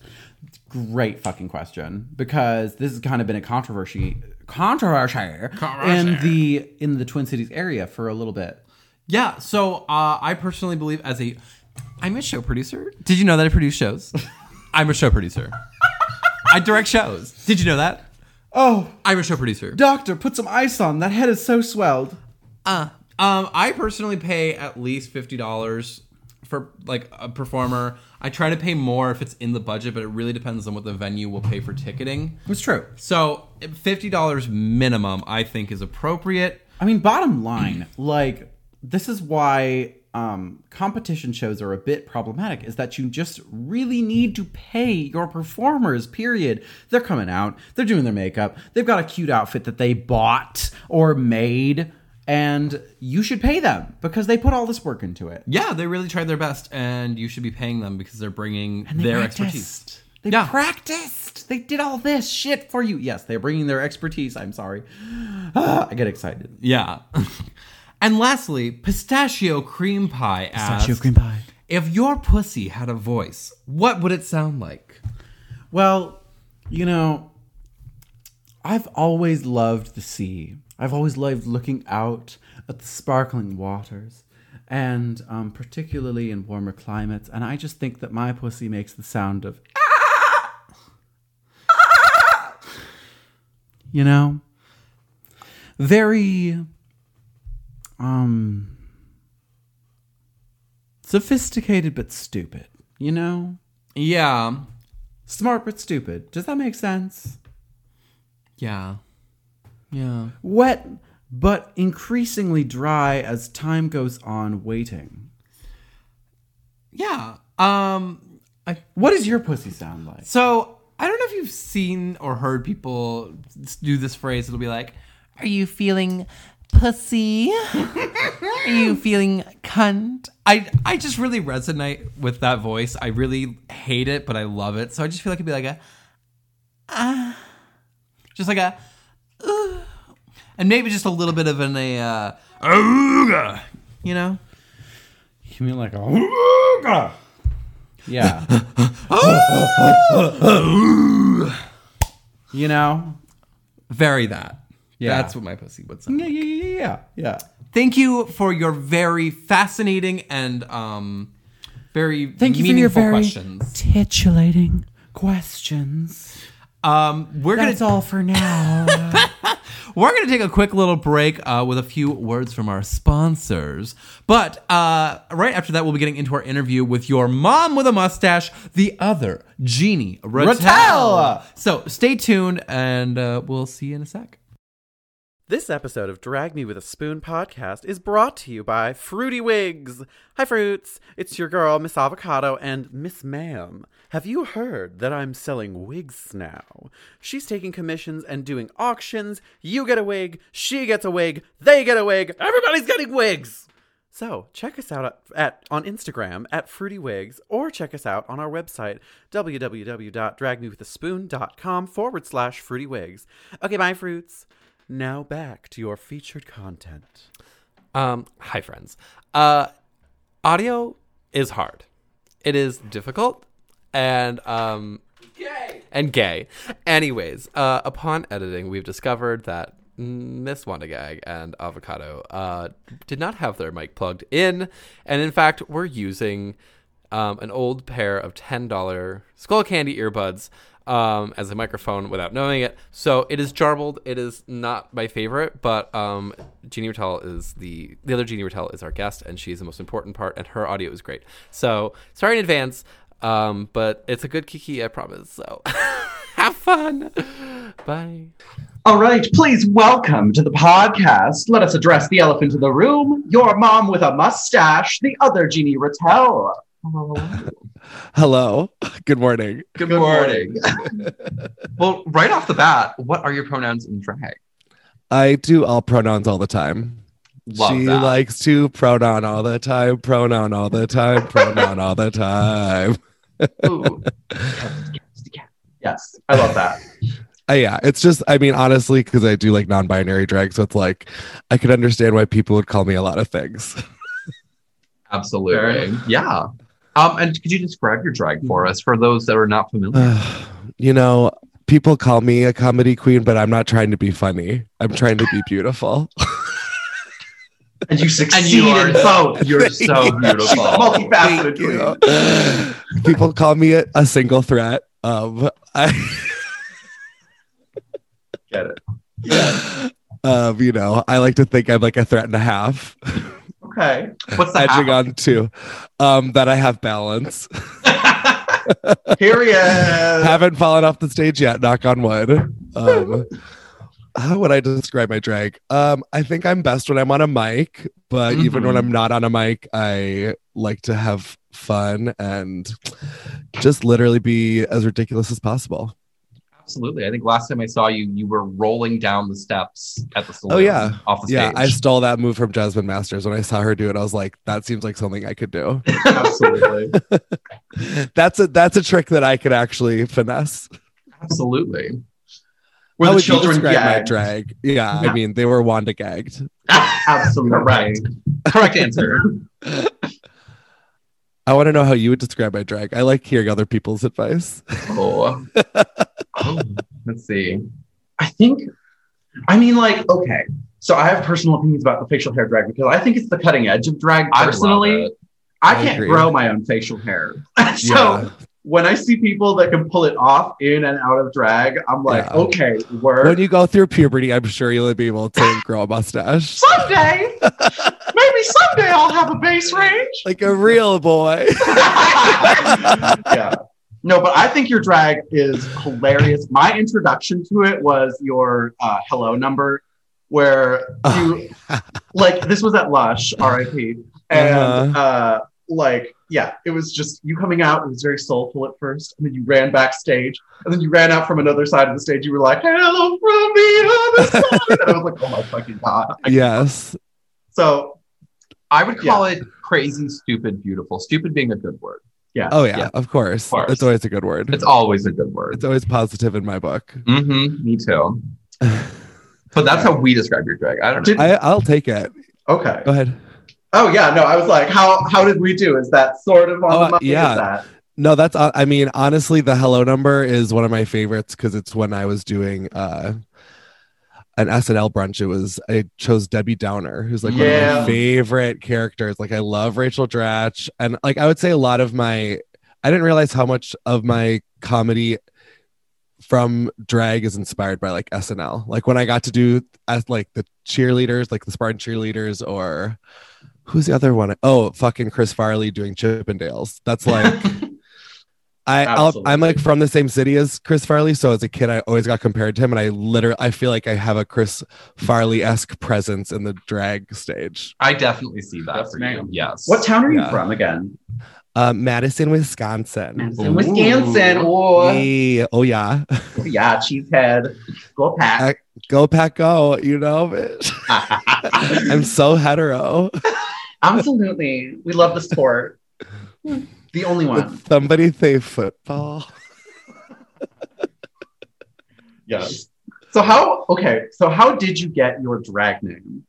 [SPEAKER 3] great fucking question because this has kind of been a controversy controversy
[SPEAKER 2] Controversy.
[SPEAKER 3] in the in the Twin Cities area for a little bit.
[SPEAKER 2] Yeah, so uh, I personally believe as a I'm a show producer. Did you know that I produce shows? I'm a show producer. I direct shows. Did you know that?
[SPEAKER 3] Oh,
[SPEAKER 2] I'm a show producer.
[SPEAKER 3] doctor, put some ice on. That head is so swelled.
[SPEAKER 2] Uh, um, I personally pay at least fifty dollars for like a performer. I try to pay more if it's in the budget, but it really depends on what the venue will pay for ticketing.
[SPEAKER 3] It's true.
[SPEAKER 2] So fifty dollars minimum, I think, is appropriate.
[SPEAKER 3] I mean, bottom line, like this is why um, competition shows are a bit problematic. Is that you just really need to pay your performers. Period. They're coming out. They're doing their makeup. They've got a cute outfit that they bought or made, and you should pay them because they put all this work into it.
[SPEAKER 2] Yeah, they really tried their best, and you should be paying them because they're bringing
[SPEAKER 3] They
[SPEAKER 2] their
[SPEAKER 3] practiced.
[SPEAKER 2] expertise.
[SPEAKER 3] They
[SPEAKER 2] Yeah.
[SPEAKER 3] practiced. They did all this shit for you. Yes, they're bringing their expertise. I'm sorry. Ah, I get excited.
[SPEAKER 2] Yeah. and lastly, pistachio cream pie asks,
[SPEAKER 3] pie.
[SPEAKER 2] if your pussy had a voice, what would it sound like?
[SPEAKER 3] Well, you know, I've always loved the sea. I've always loved looking out at the sparkling waters, and um, particularly in warmer climates. And I just think that my pussy makes the sound of. You know, very um sophisticated but stupid, you know?
[SPEAKER 2] Yeah.
[SPEAKER 3] Smart but stupid. Does that make sense?
[SPEAKER 2] Yeah. Yeah.
[SPEAKER 3] Wet but increasingly dry as time goes on waiting.
[SPEAKER 2] Yeah. Um I
[SPEAKER 3] What does your pussy sound like?
[SPEAKER 2] so I don't know if you've seen or heard people s- do this phrase. It'll be like, "Are you feeling pussy? Are you feeling cunt?" I I just really resonate with that voice. I really hate it, but I love it. So I just feel like it'd be like a, ah, just like a, "Ooh." and maybe just a little bit of an a, uh, "Ooga," you know.
[SPEAKER 3] You mean like a Yeah. you know?
[SPEAKER 2] Vary that.
[SPEAKER 3] Yeah.
[SPEAKER 2] That's what my pussy would sound.
[SPEAKER 3] Yeah, yeah, yeah, yeah, yeah.
[SPEAKER 2] Thank you for your very fascinating and um very
[SPEAKER 3] Thank you for your
[SPEAKER 2] meaningful
[SPEAKER 3] very
[SPEAKER 2] questions.
[SPEAKER 3] titillating questions.
[SPEAKER 2] Um we're going
[SPEAKER 3] That's
[SPEAKER 2] to
[SPEAKER 3] all for now.
[SPEAKER 2] we're going to take a quick little break uh, with a few words from our sponsors. But uh right after that we'll be getting into our interview with your mom with a mustache, the other Jeannie Rattel.
[SPEAKER 3] Rattel!
[SPEAKER 2] So, stay tuned and uh, we'll see you in a sec.
[SPEAKER 1] This episode of Drag Me with a Spoon podcast is brought to you by Fruity Wigs. Hi, Fruits. It's your girl, Miss Avocado, and Miss Ma'am. Have you heard that I'm selling wigs now? She's taking commissions and doing auctions. You get a wig, she gets a wig, they get a wig, everybody's getting wigs! So check us out at, at on Instagram at FruityWigs or check us out on our website www.dragmewithaspoon.com forward slash FruityWigs. Okay, bye fruits. Now back to your featured content.
[SPEAKER 4] Um, hi, friends. Uh, audio is hard. It is difficult and um, gay. And gay. Anyways, uh, upon editing, we've discovered that Miss Wandagag and Avocado uh, did not have their mic plugged in, and in fact, were using um, an old pair of ten dollar skull candy earbuds
[SPEAKER 2] um, as a microphone without knowing it. So it is jarbled. It is not my favorite, but um, Jeannie Rattel is the the other Jeannie Rattel is our guest, and she's the most important part, and her audio is great. So sorry in advance, um, but it's a good kiki, I promise. So have fun. Bye.
[SPEAKER 5] All right, please welcome to the podcast. Let us address the elephant in the room. Your mom with a mustache, the other Jeannie Rattel.
[SPEAKER 6] Hello. Good morning.
[SPEAKER 5] Good, morning. well, right off the bat, what are your pronouns in drag?
[SPEAKER 6] I do all pronouns all the time.
[SPEAKER 5] Love
[SPEAKER 6] she
[SPEAKER 5] that.
[SPEAKER 6] likes to pronoun all the time, pronoun all the time, pronoun all the time.
[SPEAKER 5] Ooh. yes, I love that.
[SPEAKER 6] Uh, yeah, it's just, I mean, honestly, because I do like non binary drag. So it's like, I could understand why people would call me a lot of things.
[SPEAKER 5] Absolutely. Yeah. Um, and could you describe your drag for us for those that are not familiar?
[SPEAKER 6] Uh, you know, people call me a comedy queen, but I'm not trying to be funny. I'm trying to be beautiful.
[SPEAKER 5] And you succeed
[SPEAKER 7] are-
[SPEAKER 5] in both. You're so beautiful. Multifaceted.
[SPEAKER 6] Thank you. people call me a, a single threat. Um, I.
[SPEAKER 5] Get it.
[SPEAKER 6] um, you know, I like to think I'm like a threat and a half,
[SPEAKER 5] Okay. What's the
[SPEAKER 6] edging
[SPEAKER 5] half?
[SPEAKER 6] on two, um, that I have balance.
[SPEAKER 5] Period.
[SPEAKER 6] Haven't fallen off the stage yet, knock on wood. Um, how would I describe my drag? Um, I think I'm best when I'm on a mic, but even when
[SPEAKER 5] Mm-hmm.
[SPEAKER 6] I'm not on a mic, I like to have fun and just literally be as ridiculous as possible.
[SPEAKER 5] Absolutely. I think last time I saw you, you were rolling down the steps at the saloon.
[SPEAKER 6] Oh, yeah.
[SPEAKER 5] Off the
[SPEAKER 6] Yeah, I
[SPEAKER 5] stage.
[SPEAKER 6] stole that move from Jasmine Masters. When I saw her do it, I was like, that seems like something I could do.
[SPEAKER 5] Absolutely.
[SPEAKER 6] that's a that's a trick that I could actually finesse.
[SPEAKER 5] Absolutely.
[SPEAKER 6] How
[SPEAKER 5] Were the
[SPEAKER 6] would you
[SPEAKER 5] children
[SPEAKER 6] describe my
[SPEAKER 5] gagged?
[SPEAKER 6] drag? Yeah,
[SPEAKER 5] Yeah.
[SPEAKER 6] I mean they were Wanda gagged.
[SPEAKER 5] Absolutely. Correct. Correct answer.
[SPEAKER 6] I want to know how you would describe my drag. I like hearing other people's advice.
[SPEAKER 5] Oh. Oh, Let's see. I think, I mean, like, okay. So I have personal opinions about the facial hair drag because I think it's the cutting edge of drag.
[SPEAKER 7] I love
[SPEAKER 5] Personally, I,
[SPEAKER 6] I
[SPEAKER 5] can't
[SPEAKER 6] agree.
[SPEAKER 5] grow my own facial hair. so
[SPEAKER 6] Yeah.
[SPEAKER 5] when I see people that can pull it off in and out of drag, I'm like,
[SPEAKER 6] Yeah.
[SPEAKER 5] okay, word.
[SPEAKER 6] When you go through puberty, I'm sure you'll be able to grow a mustache
[SPEAKER 5] someday, maybe someday I'll have a base range.
[SPEAKER 6] like a real boy.
[SPEAKER 5] yeah. No, but I think your drag is hilarious. My introduction to it was your uh, hello number, where you like this was at Lush, RIP, and uh
[SPEAKER 6] Uh-huh.
[SPEAKER 5] like yeah, it was just you coming out. It was very soulful at first, and then you ran backstage, and then you ran out from another side of the stage. You were like, "Hello from the other side," and I was like, "Oh my fucking god!"
[SPEAKER 6] yes,
[SPEAKER 5] So
[SPEAKER 7] I would call it crazy, stupid, beautiful. Stupid being a good word.
[SPEAKER 6] oh yeah,
[SPEAKER 5] Yeah.
[SPEAKER 6] of course.
[SPEAKER 5] course.
[SPEAKER 6] It's always a good word.
[SPEAKER 7] It's always a good word.
[SPEAKER 6] It's always positive in my book.
[SPEAKER 7] Mm-hmm. Me too. But that's how we describe your drag. I don't know.
[SPEAKER 5] Did-
[SPEAKER 6] I, I'll take it.
[SPEAKER 5] okay.
[SPEAKER 6] Go ahead.
[SPEAKER 5] Oh yeah, no, I was like, how how did we do? Is that sort of on
[SPEAKER 6] Oh,
[SPEAKER 5] the money?
[SPEAKER 6] yeah.
[SPEAKER 5] Is that?
[SPEAKER 6] No, that's uh, I mean honestly the hello number is one of my favorites cuz it's when I was doing uh an SNL brunch it was I chose Debbie Downer who's like one of
[SPEAKER 5] Yeah.
[SPEAKER 6] my favorite characters like I love Rachel Dratch and like I would say a lot of my I didn't realize how much of my comedy from drag is inspired by like SNL like when I got to do as like the cheerleaders like the Spartan cheerleaders or who's the other one? Oh, fucking Chris Farley doing Chippendales that's like I I'll, I'm like from the same city as Chris Farley, so as a kid I always got compared to him, and I literally I feel like I have a Chris Farley esque presence in the drag stage.
[SPEAKER 7] I definitely see that
[SPEAKER 5] That's
[SPEAKER 7] for
[SPEAKER 5] ma'am.
[SPEAKER 7] you. Yes.
[SPEAKER 5] What town are you
[SPEAKER 6] Yeah.
[SPEAKER 5] from again?
[SPEAKER 6] Um, Madison, Wisconsin.
[SPEAKER 5] Madison, Wisconsin. Or
[SPEAKER 6] Hey, oh yeah,
[SPEAKER 5] yeah, cheesehead. Go pack.
[SPEAKER 6] go pack go. You know, bitch. I'm so hetero.
[SPEAKER 5] Absolutely, we love the sport. the only
[SPEAKER 6] Would
[SPEAKER 5] one.
[SPEAKER 6] somebody say football?
[SPEAKER 5] Yes. So how? Okay. So how did you get your drag name?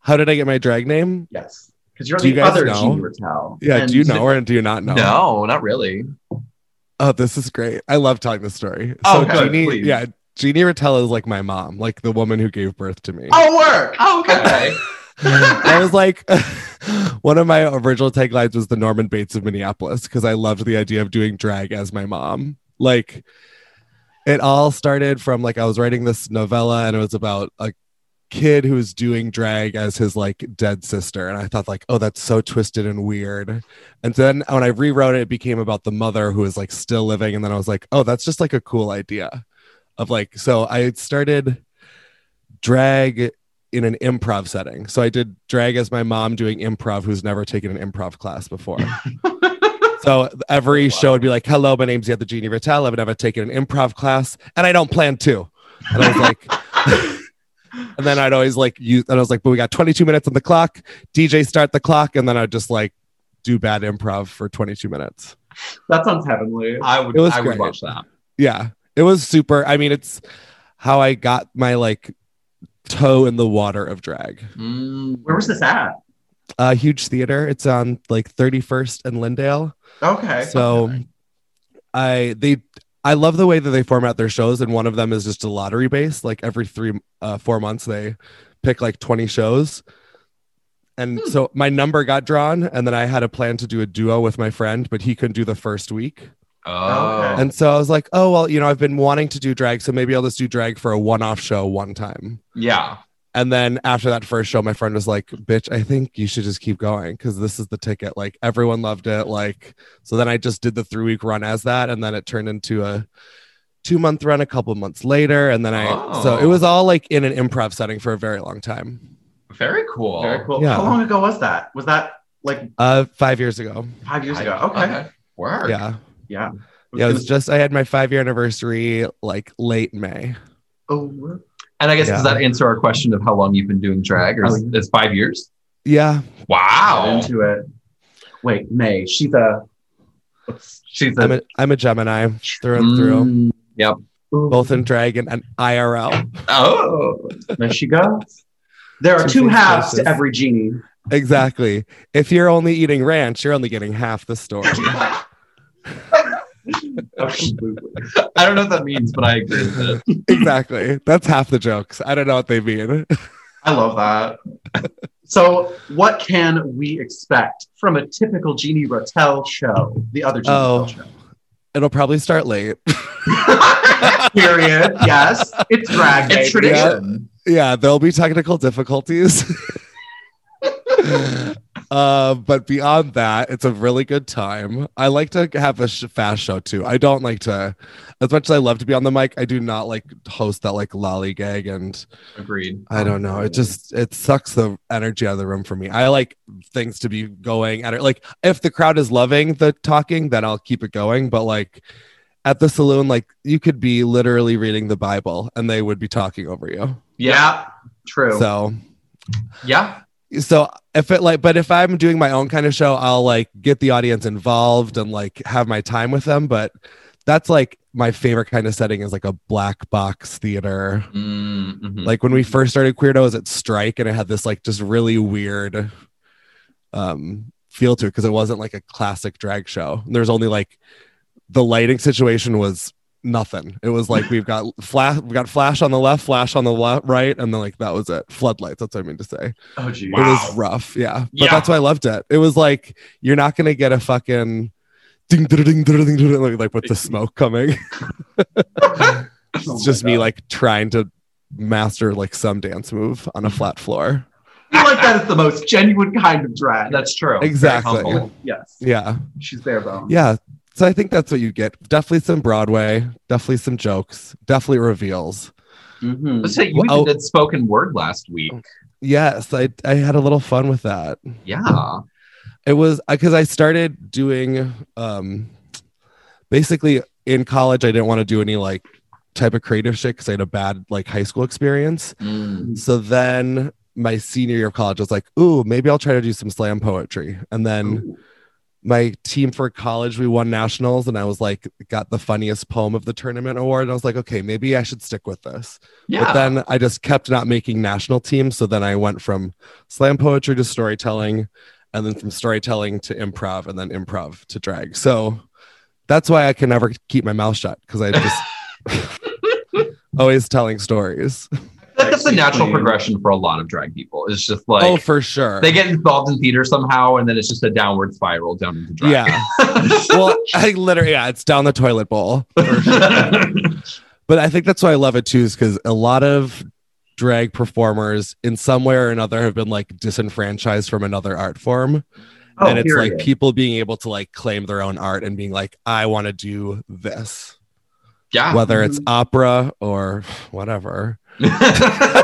[SPEAKER 6] How did I get my drag name?
[SPEAKER 5] Yes, because you're
[SPEAKER 6] Do
[SPEAKER 5] the
[SPEAKER 6] you guys
[SPEAKER 5] other
[SPEAKER 6] know?
[SPEAKER 5] Jeannie Rattel.
[SPEAKER 6] Yeah,
[SPEAKER 5] And-
[SPEAKER 6] do you know or do you not know?
[SPEAKER 7] No, not really.
[SPEAKER 6] Oh, this is great. I love telling this story.
[SPEAKER 7] Oh,
[SPEAKER 6] so
[SPEAKER 7] good,
[SPEAKER 6] Jeannie,
[SPEAKER 7] please.
[SPEAKER 6] yeah, Jeannie Rattell is like my mom, like the woman who gave birth to me.
[SPEAKER 5] Oh, work. Oh, okay.
[SPEAKER 7] Okay.
[SPEAKER 6] I was like, one of my original taglines was the Norman Bates of Minneapolis because I loved the idea of doing drag as my mom. Like, it all started from like I was writing this novella and it was about a kid who was doing drag as his like dead sister and I thought like oh that's so twisted and weird. And then when I rewrote it it became about the mother who is like still living and then I was like oh that's just like a cool idea of like so I started drag in an improv setting. So I did drag as my mom doing improv who's never taken an improv class before. So
[SPEAKER 5] Oh,
[SPEAKER 6] every show would be like, "Hello, my name's Yetta Jeannie Vitale. I've never taken an improv class, and I don't plan to." And I was like, and then I'd always like use, and I was like, "But we got 22 minutes on the clock. DJ, start the clock." And then I'd just like do bad improv for 22 minutes.
[SPEAKER 8] That sounds heavenly.
[SPEAKER 5] I would.
[SPEAKER 6] It was
[SPEAKER 5] I would
[SPEAKER 6] great.
[SPEAKER 5] watch that.
[SPEAKER 6] Yeah, it was super. I mean, it's how I got my like toe in the water of drag.
[SPEAKER 2] Mm.
[SPEAKER 8] Where was this at?
[SPEAKER 6] A huge theater. It's on like 31st and Lindale.
[SPEAKER 8] Okay.
[SPEAKER 6] So I they I love the way that they format their shows, and one of them is just a lottery base. Like every three uh, four months, they pick like twenty shows. And so my number got drawn, and then I had a plan to do a duo with my friend, but he couldn't do the first week.
[SPEAKER 2] Oh.
[SPEAKER 8] Okay.
[SPEAKER 6] And so I was like, oh, well, you know, I've been wanting to do drag, so maybe I'll just do drag for a one off show one time.
[SPEAKER 5] Yeah.
[SPEAKER 6] And then after that first show, my friend was like, "Bitch, I think you should just keep going because this is the ticket." Like everyone loved it. Like so, then I just did the three week run as that, and then it turned into a two month run a couple months later, and then I so it
[SPEAKER 5] Oh.
[SPEAKER 6] was all like in an improv setting for a very long time.
[SPEAKER 5] Very cool.
[SPEAKER 8] Very cool.
[SPEAKER 6] Yeah.
[SPEAKER 8] How long ago was that? Was that like
[SPEAKER 6] Uh, five years ago.
[SPEAKER 8] five years
[SPEAKER 5] I-
[SPEAKER 8] ago? Okay.
[SPEAKER 5] Work.
[SPEAKER 6] Yeah,
[SPEAKER 8] Yeah.
[SPEAKER 6] yeah. It was just I had my five year anniversary like late May.
[SPEAKER 8] oh,
[SPEAKER 5] And I guess
[SPEAKER 6] Yeah.
[SPEAKER 5] does that answer our question of how long you've been doing drag? Or is,
[SPEAKER 8] Oh,
[SPEAKER 5] is five years?
[SPEAKER 6] Yeah,
[SPEAKER 5] Wow.
[SPEAKER 8] into it. Wait, May. She's a.
[SPEAKER 5] She's
[SPEAKER 6] I'm a I'm a Gemini through and through,
[SPEAKER 5] Mm, Yep.
[SPEAKER 8] Ooh,
[SPEAKER 6] both in drag and, and IRL.
[SPEAKER 5] Oh.
[SPEAKER 8] There she goes. There are
[SPEAKER 6] Two
[SPEAKER 8] two
[SPEAKER 6] big
[SPEAKER 8] halves to
[SPEAKER 6] faces.
[SPEAKER 8] every genie.
[SPEAKER 6] Exactly. If you're only eating ranch, you're only getting half the story.
[SPEAKER 8] Absolutely.
[SPEAKER 5] I don't know what that means, but I agree with it.
[SPEAKER 6] exactly. That's half the jokes. I don't know what they mean.
[SPEAKER 8] I love that. So, what can we expect from a typical Jeannie Rotel show? The other Jeannie
[SPEAKER 6] Oh.
[SPEAKER 8] Rotel show.
[SPEAKER 6] It'll probably start late.
[SPEAKER 8] Period. Yes, it's drag.
[SPEAKER 5] It's
[SPEAKER 8] baby.
[SPEAKER 5] tradition.
[SPEAKER 6] Yeah, there'll be technical difficulties. uh, but beyond that, it's a really good time. I like to have a sh- fast show too. I don't like to, as much as I love to be on the mic, I do not like to host that like lollygag and
[SPEAKER 5] Agreed.
[SPEAKER 6] I don't know. It just it sucks the energy out of the room for me. I like things to be going at it. Like if the crowd is loving the talking, then I'll keep it going. But like at the saloon, like you could be literally reading the Bible and they would be talking over you.
[SPEAKER 5] Yeah.
[SPEAKER 8] True.
[SPEAKER 6] So
[SPEAKER 5] Yeah.
[SPEAKER 6] so if it like but if I'm doing my own kind of show, I'll like get the audience involved and like have my time with them. But that's like my favorite kind of setting is like a black box theater.
[SPEAKER 5] Mm, mhm.
[SPEAKER 6] like when we first started Queerdo, it was at Strike, and it had this like just really weird um feel to it because it wasn't like a classic drag show. There's only like the lighting situation was nothing. It was like we've got flash, we got flash on the left, flash on the le- right, and then like that was it. Floodlights. That's what I mean to say.
[SPEAKER 8] Oh, geez.
[SPEAKER 6] It was rough, yeah, but
[SPEAKER 5] Yeah.
[SPEAKER 6] that's why I loved it. It was like you're not gonna get a fucking ding ding ding ding ding ding like, like with the smoke coming
[SPEAKER 8] Oh my
[SPEAKER 6] it's just me
[SPEAKER 8] God.
[SPEAKER 6] like trying to master like some dance move on a flat floor.
[SPEAKER 8] I feel like that is the most genuine kind of drag.
[SPEAKER 5] That's true. Very
[SPEAKER 6] Exactly.
[SPEAKER 5] humble.
[SPEAKER 8] yes.
[SPEAKER 6] Yeah.
[SPEAKER 8] She's bare bones.
[SPEAKER 6] Yeah. So I think that's what you get. Definitely some Broadway, definitely some jokes, definitely reveals.
[SPEAKER 8] Mhm.
[SPEAKER 5] Let's say you
[SPEAKER 6] Well,
[SPEAKER 5] even did spoken word last week.
[SPEAKER 6] Yes, I I had a little fun with that.
[SPEAKER 5] Yeah.
[SPEAKER 6] It was because I started doing um basically in college I didn't want to do any like type of creative shit because I had a bad like high school experience.
[SPEAKER 5] Mm.
[SPEAKER 6] So then my senior year of college I was like, ooh, maybe I'll try to do some slam poetry. And then my team for college, we won nationals, and I was like, got the funniest poem of the tournament award. And I was like, okay, maybe I should stick with this.
[SPEAKER 5] Yeah.
[SPEAKER 6] But then I just kept not making national teams. So then I went from slam poetry to storytelling, and then from storytelling to improv, and then improv to drag. So that's why I can never keep my mouth shut because I just always telling stories.
[SPEAKER 5] Like, that's the natural
[SPEAKER 8] Explain.
[SPEAKER 5] progression for a lot of drag people. It's just like
[SPEAKER 6] oh, for sure.
[SPEAKER 5] they get involved in theater somehow, and then it's just a downward spiral down into drag.
[SPEAKER 6] yeah. well, I literally, yeah, it's down the toilet bowl.
[SPEAKER 5] Yeah.
[SPEAKER 6] But I think that's why I love it too, is because a lot of drag performers in some way or another have been like disenfranchised from another art form.
[SPEAKER 8] Oh,
[SPEAKER 6] and it's
[SPEAKER 8] period.
[SPEAKER 6] like people being able to like claim their own art and being like, I want to do this,
[SPEAKER 5] Yeah.
[SPEAKER 6] whether it's opera or whatever.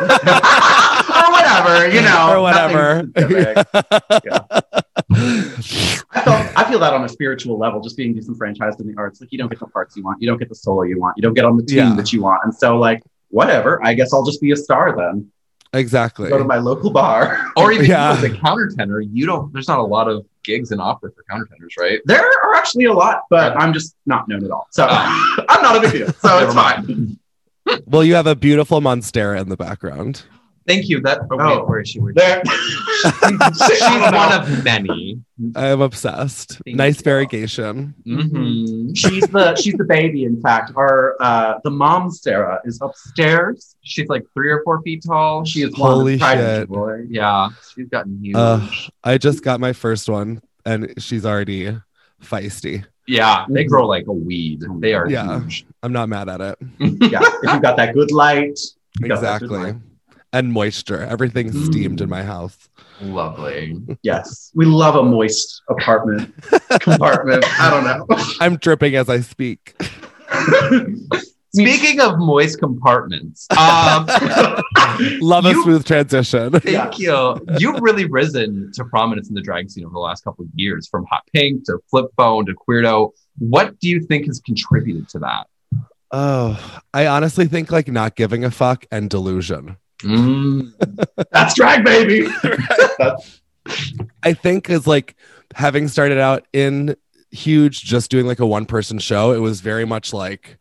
[SPEAKER 8] or whatever, you know,
[SPEAKER 6] or whatever.
[SPEAKER 8] nothing specific. I, felt, I feel that on a spiritual level, just being disenfranchised in the arts. Like you don't get the parts you want, you don't get the solo you want, you don't get on the team
[SPEAKER 6] Yeah.
[SPEAKER 8] that you want, and so like whatever. I guess I'll just be a star then.
[SPEAKER 6] exactly.
[SPEAKER 8] Go to my local bar.
[SPEAKER 5] or even
[SPEAKER 6] Yeah.
[SPEAKER 5] as a countertenor, you don't. There's not a lot of gigs in opera for countertenors, right?
[SPEAKER 8] There are actually a lot, but I'm just not known at all. So I'm not a big deal. So
[SPEAKER 5] Never
[SPEAKER 8] it's
[SPEAKER 5] mind.
[SPEAKER 8] fine.
[SPEAKER 6] Well, you have a beautiful Monstera in the background.
[SPEAKER 5] Thank you. That. Oh,
[SPEAKER 8] Oh.
[SPEAKER 5] wait, where is she? Where-
[SPEAKER 8] There.
[SPEAKER 5] She's
[SPEAKER 8] I don't
[SPEAKER 5] one
[SPEAKER 8] know.
[SPEAKER 5] of many.
[SPEAKER 6] I am obsessed.
[SPEAKER 5] Thank
[SPEAKER 6] nice
[SPEAKER 5] you.
[SPEAKER 6] variegation.
[SPEAKER 5] Mhm.
[SPEAKER 8] She's the she's the baby. In fact, our uh, the mom Sarah is upstairs.
[SPEAKER 5] She's like three or four feet tall.
[SPEAKER 8] She
[SPEAKER 5] She,
[SPEAKER 8] is one
[SPEAKER 6] Holy
[SPEAKER 8] pride and
[SPEAKER 6] shit.
[SPEAKER 8] joy.
[SPEAKER 5] yeah, she's gotten huge.
[SPEAKER 6] Ugh. I just got my first one and she's already feisty.
[SPEAKER 5] yeah, they grow like a weed. They are
[SPEAKER 6] Yeah.
[SPEAKER 5] huge.
[SPEAKER 6] I'm not mad at it.
[SPEAKER 8] Yeah, if you got that good light, you got that good
[SPEAKER 6] Exactly. And moisture. Everything's steamed in my house.
[SPEAKER 5] Lovely.
[SPEAKER 8] Yes, we love a moist apartment compartment. I don't know.
[SPEAKER 6] I'm dripping as I speak.
[SPEAKER 5] Speaking of moist compartments, um,
[SPEAKER 6] Love a
[SPEAKER 5] You-
[SPEAKER 6] smooth transition.
[SPEAKER 5] thank you. You've really risen to prominence in the drag scene over the last couple of years, from Hot Pink to Flip Phone to Queerdo. What do you think has contributed to that?
[SPEAKER 6] Oh, I honestly think like not giving a fuck and delusion.
[SPEAKER 5] Mm,
[SPEAKER 8] That's drag, baby.
[SPEAKER 6] I think is like having started out in huge, just doing like a one person show, it was very much like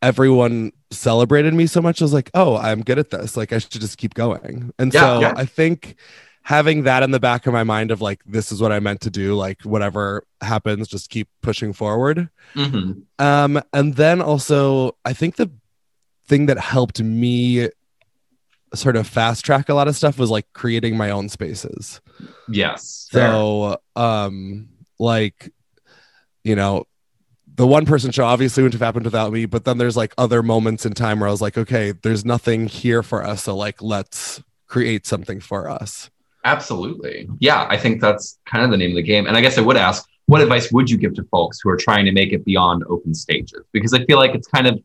[SPEAKER 6] everyone celebrated me so much. I was like, oh, I'm good at this. Like, I should just keep going. And
[SPEAKER 5] Yeah,
[SPEAKER 6] so
[SPEAKER 8] yeah.
[SPEAKER 6] I think having that in the back of my mind of like, this is what I meant to do, like, whatever happens, just keep pushing forward.
[SPEAKER 5] mhm.
[SPEAKER 6] Um, and then also, I think the thing that helped me sort of fast track a lot of stuff was like creating my own spaces.
[SPEAKER 5] Yes.
[SPEAKER 6] So, um, like, you know, the one person show obviously wouldn't have happened without me, but then there's like other moments in time where I was like, okay, there's nothing here for us. So, like, let's create something for us.
[SPEAKER 5] Absolutely. Yeah, I think that's kind of the name of the game. And I guess I would ask, what advice would you give to folks who are trying to make it beyond open stages? Because I feel like it's kind of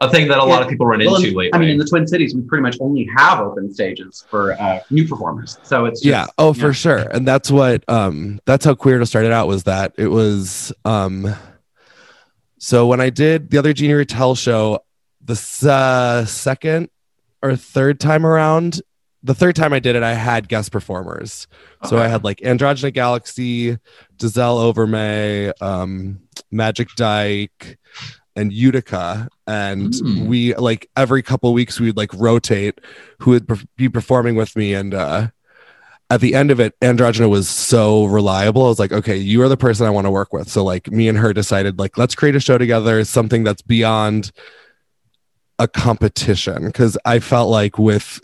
[SPEAKER 5] a thing that a lot of people run
[SPEAKER 8] Well,
[SPEAKER 5] into
[SPEAKER 8] in-
[SPEAKER 5] lately.
[SPEAKER 8] I mean, in the Twin Cities, we pretty much only have open stages for uh, new performers. So it's just,
[SPEAKER 6] yeah oh for
[SPEAKER 8] yeah.
[SPEAKER 6] sure and that's what um that's how queer to started out was that it was um so when i did the other junior retell show the s- uh, second or third time around the third time i did it i had guest performers so i had like androgyna galaxy giselle overmay um magic dyke and utica and
[SPEAKER 5] Mm.
[SPEAKER 6] we like every couple weeks we would like rotate who would perf- be performing with me and uh at the end of it, Androgyna was so reliable. I was like, okay, you are the person I want to work with. So like me and her decided like let's create a show together, something that's beyond a competition. Cause I felt like with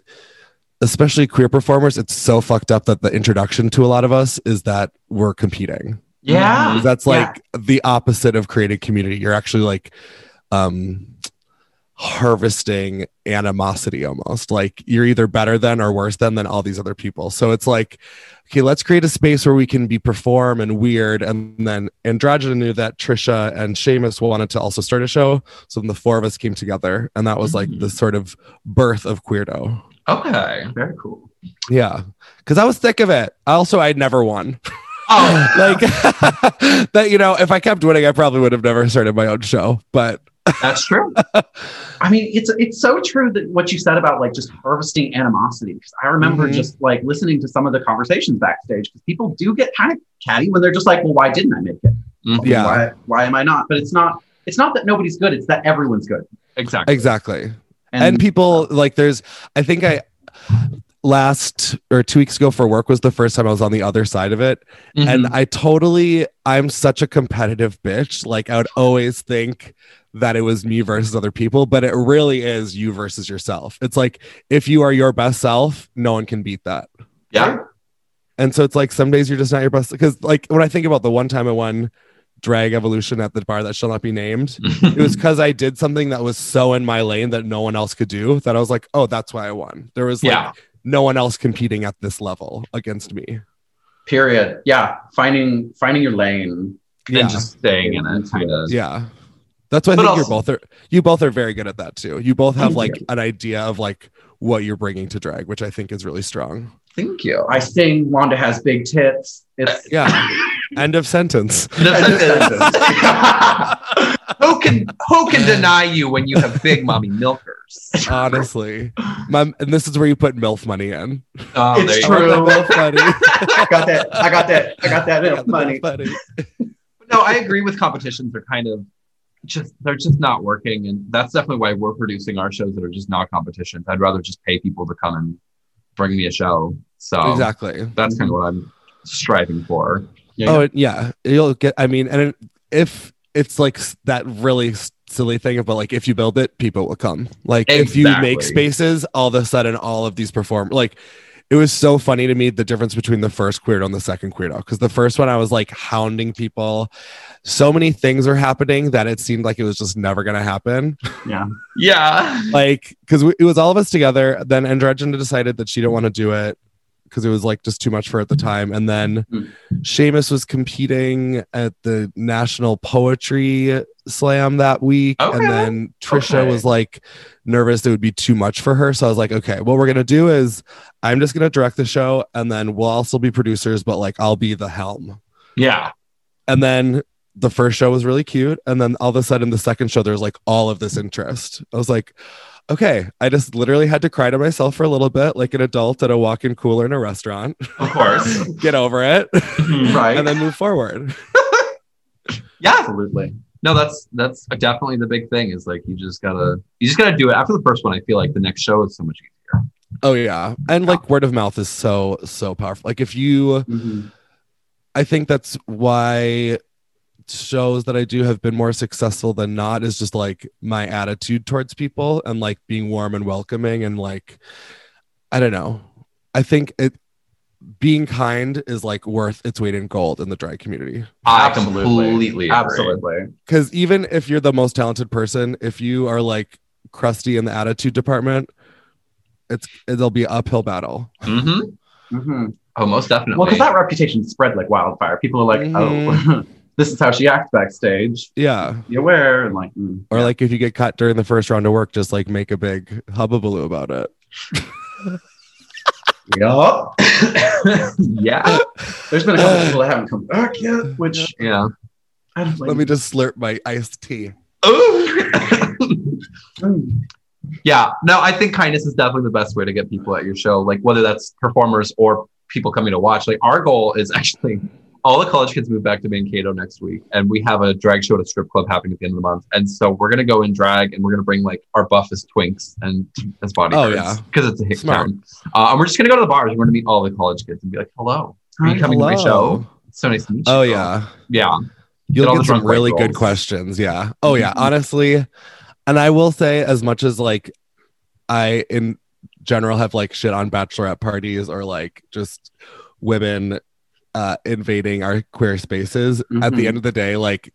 [SPEAKER 6] especially queer performers, it's so fucked up that the introduction to a lot of us is that we're competing.
[SPEAKER 8] yeah.
[SPEAKER 6] That's
[SPEAKER 8] Yeah.
[SPEAKER 6] like the opposite of creating community. You're actually like um harvesting animosity almost. Like you're either better than or worse than than all these other people. So it's like, okay, let's create a space where we can be perform and weird. And then Androgyna knew that Trisha and Seamus wanted to also start a show. So then the four of us came together. And that was like
[SPEAKER 8] Mm-hmm.
[SPEAKER 6] the sort of birth of Queerdo.
[SPEAKER 5] okay.
[SPEAKER 8] Very cool.
[SPEAKER 6] Yeah. Cause I was sick of it. Also, I'd never won
[SPEAKER 5] Oh,
[SPEAKER 6] like that you know if i kept winning i probably would have never started my own show but
[SPEAKER 5] that's true.
[SPEAKER 8] I mean, it's it's so true that what you said about like just harvesting animosity. Because I remember
[SPEAKER 6] Mhm.
[SPEAKER 8] just like listening to some of the conversations backstage because people do get kind of catty when they're just like, well, why didn't I make it?
[SPEAKER 5] Mhm.
[SPEAKER 6] Yeah.
[SPEAKER 8] Why, why am I not? But it's not. It's not that nobody's good. It's that everyone's good.
[SPEAKER 5] Exactly.
[SPEAKER 6] exactly and, people like there's i think i last or two weeks ago for work was the first time i was on the other side of it
[SPEAKER 5] Mhm.
[SPEAKER 6] and i totally i'm such a competitive bitch like i would always think that it was me versus other people but it really is you versus yourself it's like if you are your best self no one can beat that
[SPEAKER 5] yeah.
[SPEAKER 6] And so it's like some days you're just not your best because like when I think about the one time I won drag evolution at the bar that shall not be named. it was because I did something that was so in my lane that no one else could do that I was like, oh, that's why I won. There was like
[SPEAKER 5] Yeah.
[SPEAKER 6] no one else competing at this level against me.
[SPEAKER 8] Period. Yeah, finding finding your lane.
[SPEAKER 6] Yeah.
[SPEAKER 5] and just staying in it, kind of.
[SPEAKER 6] yeah. That's why I
[SPEAKER 5] But
[SPEAKER 6] think you're
[SPEAKER 5] also-
[SPEAKER 6] both are you both are very good at that too. You both have
[SPEAKER 8] Thank
[SPEAKER 6] like an idea of like what you're bringing to drag, which I think is really strong.
[SPEAKER 5] Thank you.
[SPEAKER 8] I sing. Wanda has big tits. It's
[SPEAKER 6] Yeah. End of sentence.
[SPEAKER 5] who can who can deny you when you have big mommy milkers?
[SPEAKER 6] Honestly, my, and this is where you put milf money in.
[SPEAKER 5] Oh,
[SPEAKER 8] It's
[SPEAKER 5] there you
[SPEAKER 6] I
[SPEAKER 5] go.
[SPEAKER 8] True.
[SPEAKER 6] want that MILF money.
[SPEAKER 8] I got that. I got that. I got that
[SPEAKER 6] Yeah,
[SPEAKER 8] milk
[SPEAKER 6] the
[SPEAKER 8] money.
[SPEAKER 6] MILF money.
[SPEAKER 5] No, I agree with competitions. They're kind of just they're just not working, and that's definitely why we're producing our shows that are just not competitions. I'd rather just pay people to come and bring me a show. So
[SPEAKER 6] Exactly.
[SPEAKER 5] that's kind of what I'm striving for.
[SPEAKER 6] Oh it- yeah, you'll get. I mean, and it- if it's like s- that really s- silly thing about like if you build it, people will come. Like if you make
[SPEAKER 5] Exactly.
[SPEAKER 6] spaces, all of a sudden, all of these perform like. It was so funny to me the difference between the first Queerdo and the second Queerdo because the first one I was like hounding people. So many things were happening that it seemed like it was just never going to happen.
[SPEAKER 5] Yeah.
[SPEAKER 6] like because it was all of us together then androgyn decided that she didn't want to do it because it was like just too much for her at the time and then
[SPEAKER 5] Hmm.
[SPEAKER 8] Mm.
[SPEAKER 6] Seamus was competing at the national poetry slam that week
[SPEAKER 5] Okay.
[SPEAKER 6] and then trisha
[SPEAKER 5] Okay.
[SPEAKER 6] was like nervous it would be too much for her so i was like okay what we're gonna do is i'm just gonna direct the show and then we'll also be producers but like i'll be the helm
[SPEAKER 5] Yeah.
[SPEAKER 6] and then the first show was really cute and then all of a sudden the second show there's like all of this interest i was like okay i just literally had to cry to myself for a little bit like an adult at a walk-in cooler in a restaurant
[SPEAKER 5] Of course.
[SPEAKER 6] get over it
[SPEAKER 8] Right.
[SPEAKER 6] and then move forward
[SPEAKER 5] yeah.
[SPEAKER 8] Absolutely.
[SPEAKER 5] No, that's that's definitely the big thing is like you just gotta you just gotta do it. After the first one, I feel like the next show is so much easier.
[SPEAKER 6] oh yeah and like word of mouth is so so powerful like if you
[SPEAKER 8] Mhm.
[SPEAKER 6] I think that's why shows that I do have been more successful than not is just like my attitude towards people and like being warm and welcoming and like I don't know. I think it being kind is like worth its weight in gold in the drag community.
[SPEAKER 5] I
[SPEAKER 8] Absolutely.
[SPEAKER 5] completely agree.
[SPEAKER 8] Absolutely.
[SPEAKER 6] Cause even if you're the most talented person, if you are like crusty in the attitude department, it's it'll be uphill battle.
[SPEAKER 5] hmm
[SPEAKER 8] hmm
[SPEAKER 5] Oh, most definitely.
[SPEAKER 8] Well, because that reputation spread like wildfire. People are like, oh, this is how she acts backstage.
[SPEAKER 6] Yeah.
[SPEAKER 8] Be aware. And like, mm.
[SPEAKER 6] Or like if you get caught during the first round of work, just like make a big hubbubaloo about it.
[SPEAKER 8] yup.
[SPEAKER 5] yeah.
[SPEAKER 8] There's been a couple people that haven't come back yet, which
[SPEAKER 5] Yeah.
[SPEAKER 8] I don't like.
[SPEAKER 6] Let me just slurp my iced tea.
[SPEAKER 8] Mm.
[SPEAKER 5] yeah. No, I think kindness is definitely the best way to get people at your show. Like whether that's performers or people coming to watch. Like our goal is actually all the college kids move back to Mankato next week, and we have a drag show at a strip club happening at the end of the month. And so we're gonna go in drag, and we're gonna bring like our buffest twinks and as bodyguards.
[SPEAKER 6] Oh, yeah.
[SPEAKER 5] because it's a hick
[SPEAKER 6] Smart.
[SPEAKER 5] town. Uh, and we're just gonna go to the bars. We're gonna meet all the college kids and be like, "Hello, are you
[SPEAKER 8] Hi,
[SPEAKER 5] coming to my show? It's so nice to meet you."
[SPEAKER 6] Oh yeah,
[SPEAKER 5] yeah.
[SPEAKER 6] you'll
[SPEAKER 5] all
[SPEAKER 6] get, some
[SPEAKER 5] the drunk Mm-hmm. white
[SPEAKER 6] really good
[SPEAKER 5] girls.
[SPEAKER 6] questions. Yeah. Oh yeah. Honestly, and I will say, as much as like I in general have like shit on bachelorette parties or like just women uh invading our queer spaces. At
[SPEAKER 5] Mm-hmm.
[SPEAKER 6] the
[SPEAKER 8] Mhm.
[SPEAKER 6] end of the day, like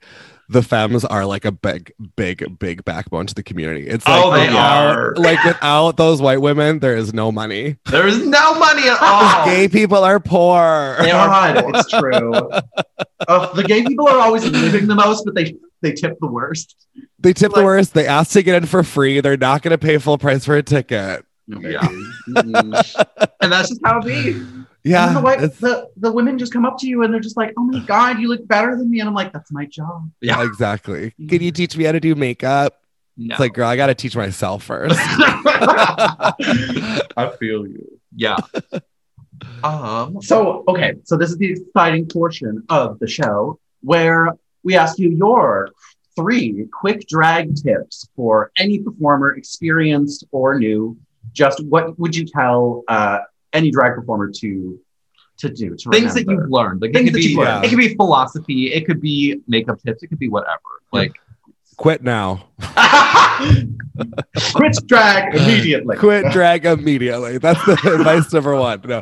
[SPEAKER 6] the femmes are like a big, big, big backbone to the community. It's like
[SPEAKER 5] Oh, they
[SPEAKER 6] without-
[SPEAKER 5] are.
[SPEAKER 6] like without those white women, there is no money.
[SPEAKER 5] There is no money at all.
[SPEAKER 6] Gay people are poor.
[SPEAKER 8] God, it's true. Ugh, the gay people are always leaving the most, but they they tip the worst.
[SPEAKER 6] They tip the
[SPEAKER 8] Like-
[SPEAKER 6] worst. They ask to get in for free. They're not going to pay full price for a ticket.
[SPEAKER 8] No,
[SPEAKER 5] Yeah.
[SPEAKER 8] baby. Mm-hmm.
[SPEAKER 5] Mm. and that's just how it be.
[SPEAKER 8] And
[SPEAKER 6] Yeah,
[SPEAKER 8] the, white,
[SPEAKER 6] it's-
[SPEAKER 8] the, the women just come up to you and they're just like, oh my God, you look better than me. And I'm like, that's my job.
[SPEAKER 5] Yeah.
[SPEAKER 6] exactly. Can you teach me how to do makeup?
[SPEAKER 5] No.
[SPEAKER 6] It's like, girl, I got to teach myself first.
[SPEAKER 8] I feel you.
[SPEAKER 5] yeah. Um.
[SPEAKER 8] So, okay. So, this is the exciting portion of the show where we ask you your three quick drag tips for any performer, experienced or new. Just what would you tell uh, any drag performer to to do? To
[SPEAKER 5] Things that
[SPEAKER 8] remember?
[SPEAKER 5] you've learned, like it
[SPEAKER 8] Things
[SPEAKER 5] could
[SPEAKER 8] that
[SPEAKER 5] be,
[SPEAKER 8] you've
[SPEAKER 6] learned.
[SPEAKER 5] it could be philosophy, it could be makeup tips, it could be whatever. Like,
[SPEAKER 6] Quit now.
[SPEAKER 8] quit drag immediately.
[SPEAKER 6] Quit drag immediately. That's the advice number one. No.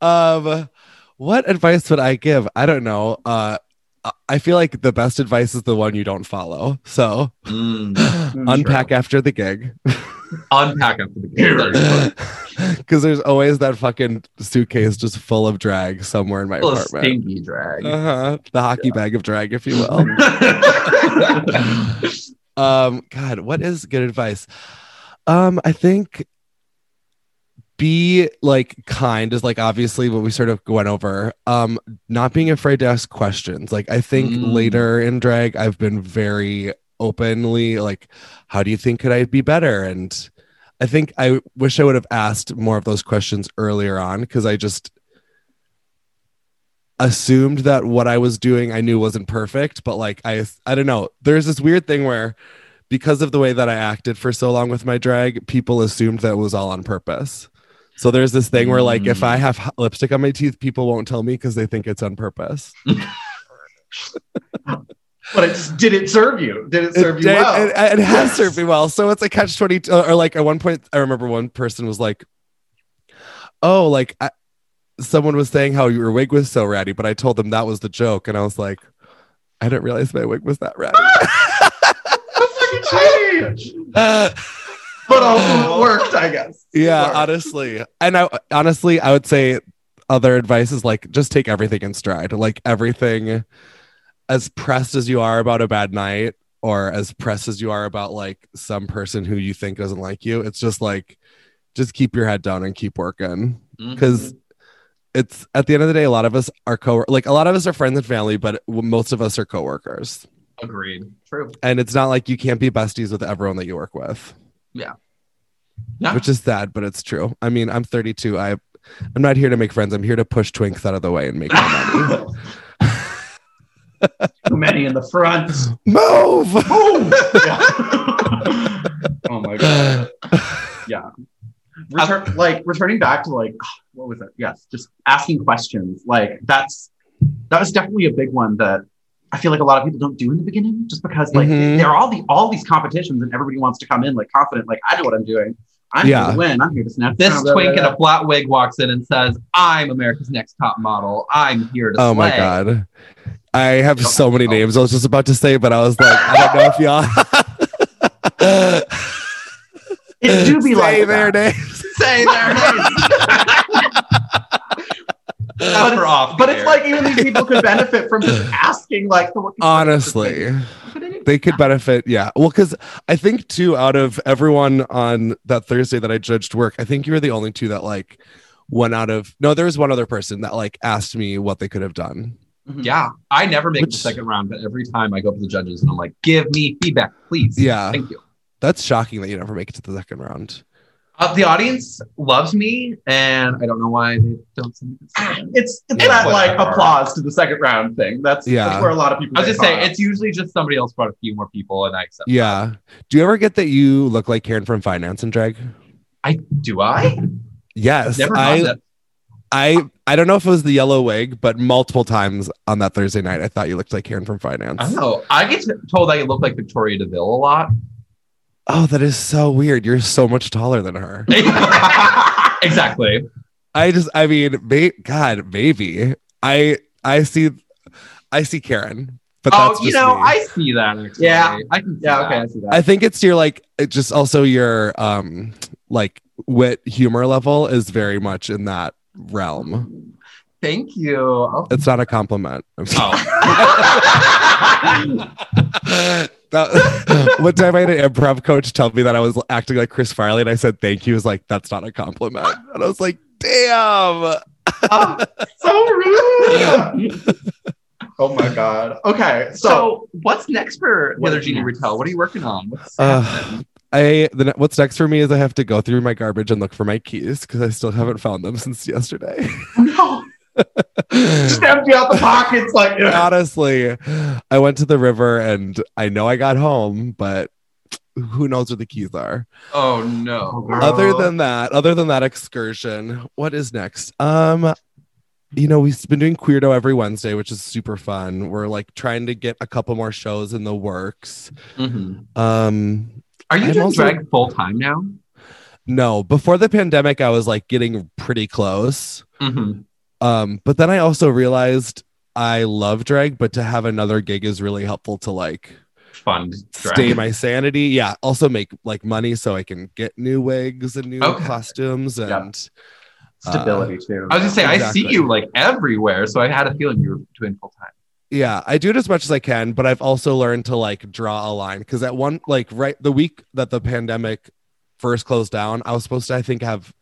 [SPEAKER 6] Um, what advice would I give? I don't know. Uh, I feel like the best advice is the one you don't follow. So
[SPEAKER 5] Mm,
[SPEAKER 6] unpack after the gig.
[SPEAKER 5] unpack after the game.
[SPEAKER 6] Because there's always that fucking suitcase just full of drag somewhere in my
[SPEAKER 5] Full of
[SPEAKER 6] apartment.
[SPEAKER 5] stinky drag.
[SPEAKER 6] Uh-huh. The hockey bag of drag, if you will. um, God, what is good advice? Um, I think be like kind is like obviously what we sort of went over. Um, not being afraid to ask questions. Like I think
[SPEAKER 5] Mm.
[SPEAKER 6] later in drag, I've been very openly like, how do you think could I be better? And I think I wish I would have asked more of those questions earlier on because I just assumed that what I was doing I knew wasn't perfect, but like I I don't know. There's this weird thing where because of the way that I acted for so long with my drag, people assumed that it was all on purpose. So there's this thing where like if I have h- lipstick on my teeth, people won't tell me because they think it's on purpose.
[SPEAKER 8] But it just, did it serve you? Did it serve
[SPEAKER 6] it,
[SPEAKER 8] you
[SPEAKER 6] did-
[SPEAKER 8] well?
[SPEAKER 6] it- it has
[SPEAKER 8] Yes.
[SPEAKER 6] served me well. So it's a catch 22. Or like at one point, I remember one person was like, oh, like I, someone was saying how your wig was so ratty, but I told them that was the joke. And I was like, I didn't realize my wig was that ratty.
[SPEAKER 8] That's fucking genius. but also it worked, I guess.
[SPEAKER 6] yeah,
[SPEAKER 8] Sorry.
[SPEAKER 6] honestly. And I honestly, I would say other advice is like just take everything in stride. Like everything as pressed as you are about a bad night or as pressed as you are about like some person who you think doesn't like you, it's just like just keep your head down and keep working because it's at the end of the day a lot of us are co like a lot of us are friends and family but most of us are coworkers
[SPEAKER 5] Agreed. True.
[SPEAKER 6] and it's not like you can't be besties with everyone that you work with
[SPEAKER 5] Yeah.
[SPEAKER 6] which is sad, but it's true. I mean, I'm 32. I, I'm not here to make friends. I'm here to push twinks out of the way and make them
[SPEAKER 8] Too many in the front.
[SPEAKER 6] move.
[SPEAKER 8] Boom! Yeah. oh my god. Yeah. Return, like returning back to like what was it? Yes, just asking questions. Like that's that was definitely a big one that I feel like a lot of people don't do in the beginning, just because like
[SPEAKER 6] Mhm.
[SPEAKER 8] there are all the all these competitions and everybody wants to come in like confident, like I know what I'm doing. I'm here
[SPEAKER 6] Yeah.
[SPEAKER 8] to win. I'm here to snap
[SPEAKER 5] This
[SPEAKER 8] blah, blah,
[SPEAKER 5] twink in
[SPEAKER 8] blah.
[SPEAKER 5] a flat wig walks in and says, "I'm America's Next Top Model. I'm here to."
[SPEAKER 6] Oh my
[SPEAKER 5] slay."
[SPEAKER 6] god, I have so
[SPEAKER 8] Oh.
[SPEAKER 6] many names. I was just about to say, but I was like, I don't know if y'all.
[SPEAKER 8] It do
[SPEAKER 6] say
[SPEAKER 8] be like
[SPEAKER 6] their
[SPEAKER 8] that.
[SPEAKER 6] names.
[SPEAKER 8] say their names.
[SPEAKER 5] But
[SPEAKER 8] it's-
[SPEAKER 5] it's, off
[SPEAKER 8] But
[SPEAKER 5] the
[SPEAKER 8] it's
[SPEAKER 5] air.
[SPEAKER 8] like even these people could benefit from just asking, like, the,
[SPEAKER 6] Honestly, they could benefit. Yeah, well, because I think too, out of everyone on that Thursday that I judged work, I think you were the only two that like went out of. No, there was one other person that like asked me what they could have done.
[SPEAKER 5] yeah, I never make
[SPEAKER 6] Which-
[SPEAKER 5] the second round, but every time I go up to the judges and I'm like, "Give me feedback, please."
[SPEAKER 6] Yeah.
[SPEAKER 5] thank you.
[SPEAKER 6] That's shocking that you never make it to the second round.
[SPEAKER 5] Uh, the audience loves me, and I don't know why they don't. Send me this. I
[SPEAKER 8] It's, it's
[SPEAKER 5] Yeah,
[SPEAKER 8] that like
[SPEAKER 5] whatever.
[SPEAKER 8] applause to the second round thing. That's,
[SPEAKER 6] Yeah.
[SPEAKER 8] that's where a lot of people.
[SPEAKER 5] was just
[SPEAKER 8] get
[SPEAKER 5] saying,
[SPEAKER 8] caught
[SPEAKER 5] it's usually just somebody else brought a few more people, and I accept.
[SPEAKER 6] Yeah. Do you ever get that you look like Karen from Finance and Drag?
[SPEAKER 5] I do. I
[SPEAKER 6] Yes.
[SPEAKER 5] never mind
[SPEAKER 6] I,
[SPEAKER 5] that.
[SPEAKER 6] I I don't know if it was the yellow wig, but multiple times on that Thursday night I thought you looked like Karen from Finance.
[SPEAKER 5] I don't know. I get told I look like Victoria Deville a lot.
[SPEAKER 6] Oh, that is so weird. You're so much taller than her.
[SPEAKER 5] exactly.
[SPEAKER 6] I just I mean, may, god, maybe. I I see I see Karen, but that's
[SPEAKER 5] Oh,
[SPEAKER 6] just
[SPEAKER 5] you know,
[SPEAKER 6] me.
[SPEAKER 5] I see that. Actually.
[SPEAKER 8] Yeah.
[SPEAKER 5] I can
[SPEAKER 8] on.
[SPEAKER 5] see
[SPEAKER 8] Yeah,
[SPEAKER 5] that.
[SPEAKER 8] okay, I see that.
[SPEAKER 6] I think it's your like it just also your um like wit humor level is very much in that realm.
[SPEAKER 5] Thank you. Oh.
[SPEAKER 6] It's not a compliment. I'm
[SPEAKER 8] Oh.
[SPEAKER 6] sorry. That- one time I had an improv coach tell me that I was acting like Chris Farley, and I said thank you. He was like, that's not a compliment. And I was like, damn.
[SPEAKER 8] so rude. oh my god. Okay,
[SPEAKER 5] so,
[SPEAKER 8] so,
[SPEAKER 5] what's next for
[SPEAKER 8] What
[SPEAKER 5] Heather
[SPEAKER 8] is
[SPEAKER 5] Jeannie
[SPEAKER 8] next?
[SPEAKER 5] Rattel? What are you working on? What's
[SPEAKER 6] Uh, I the, ne- what's next for me is I have to go through my garbage and look for my keys because I still haven't found them since yesterday.
[SPEAKER 8] no, just empty out the pockets. Like, ugh.
[SPEAKER 6] Honestly, I went to the river and I know I got home, but who knows where the keys are.
[SPEAKER 5] oh no.
[SPEAKER 6] other than that other than that excursion what is next um you know we've been doing queerdo every wednesday which is super fun we're like trying to get a couple more shows in the works
[SPEAKER 5] Mhm.
[SPEAKER 6] um
[SPEAKER 5] Are you
[SPEAKER 6] I'm
[SPEAKER 5] doing
[SPEAKER 6] also-
[SPEAKER 5] drag full time now?
[SPEAKER 6] no before the pandemic i was like getting pretty close
[SPEAKER 5] Mhm.
[SPEAKER 6] um but then i also realized I love drag, but to have another gig is really helpful to like
[SPEAKER 5] Fund. drag.
[SPEAKER 6] stay my sanity. Yeah. Also make like money so I can get new wigs and new
[SPEAKER 5] Okay.
[SPEAKER 6] costumes and
[SPEAKER 8] Yeah. Stability too.
[SPEAKER 5] I was gonna say I
[SPEAKER 6] Exactly.
[SPEAKER 5] see you like everywhere, so I had a feeling you were doing full time.
[SPEAKER 6] yeah i do it as much as i can but i've also learned to like draw a line because at one like right the week that the pandemic first closed down i was supposed to i think have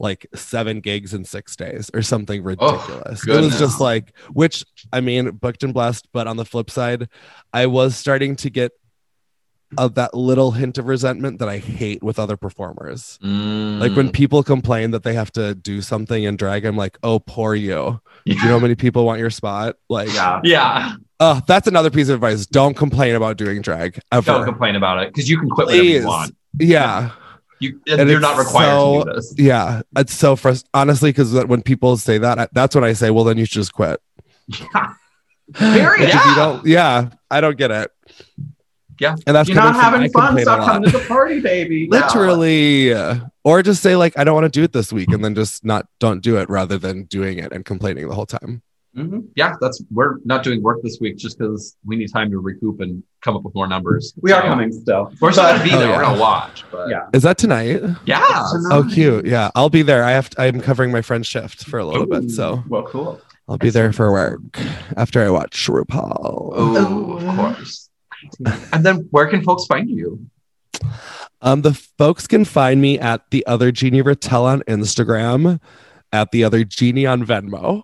[SPEAKER 6] like seven gigs in six days or something ridiculous it was
[SPEAKER 5] goodness.
[SPEAKER 6] just like which i mean booked and blessed but on the flip side i was starting to get of that little hint of resentment that i hate with other performers like when people complain that they have to do something in drag i'm like oh poor you Do you know how many people want your spot like
[SPEAKER 8] yeah.
[SPEAKER 5] yeah,
[SPEAKER 6] Oh, that's another piece of advice. Don't complain about doing drag ever.
[SPEAKER 5] don't complain about it because you can quit whenever
[SPEAKER 6] Please.
[SPEAKER 5] you want.
[SPEAKER 6] Yeah.
[SPEAKER 5] You,
[SPEAKER 6] And
[SPEAKER 5] you're
[SPEAKER 6] it's
[SPEAKER 5] not required
[SPEAKER 6] so-
[SPEAKER 5] to do this.
[SPEAKER 6] Yeah. It's so frustrating. Honestly, because when people say that, I- that's when I say, well, then you should just quit.
[SPEAKER 8] Period.
[SPEAKER 6] If you don't, yeah, I don't get it.
[SPEAKER 5] Yeah.
[SPEAKER 6] And that's
[SPEAKER 8] You're
[SPEAKER 6] coming
[SPEAKER 8] not
[SPEAKER 6] from- I
[SPEAKER 8] having fun.
[SPEAKER 6] complain a
[SPEAKER 8] Stop
[SPEAKER 6] lot.
[SPEAKER 8] coming to the party, baby. Yeah.
[SPEAKER 6] Literally. Or just say, like, I don't want to do it this week. And then just not, don't do it rather than doing it and complaining the whole time.
[SPEAKER 8] Mhm.
[SPEAKER 5] Yeah, that's we're not doing work this week just because we need time to recoup and come up with more numbers.
[SPEAKER 8] We are
[SPEAKER 5] So,
[SPEAKER 8] coming still.
[SPEAKER 5] We're still gonna be
[SPEAKER 6] Oh,
[SPEAKER 5] there.
[SPEAKER 6] yeah.
[SPEAKER 5] We're gonna watch. But
[SPEAKER 8] Yeah.
[SPEAKER 6] Is that tonight?
[SPEAKER 5] yeah.
[SPEAKER 8] Um,
[SPEAKER 6] Oh, cute. Yeah. I'll be there. I have, to, I'm covering my friend's shift for a little
[SPEAKER 5] Ooh.
[SPEAKER 6] bit. So
[SPEAKER 5] well, cool.
[SPEAKER 6] I'll be there for work after I watch RuPaul.
[SPEAKER 5] Oh, of course. and then where can folks find you?
[SPEAKER 6] Um, the folks can find me at the other genie Rattel on Instagram, at the other genie on Venmo,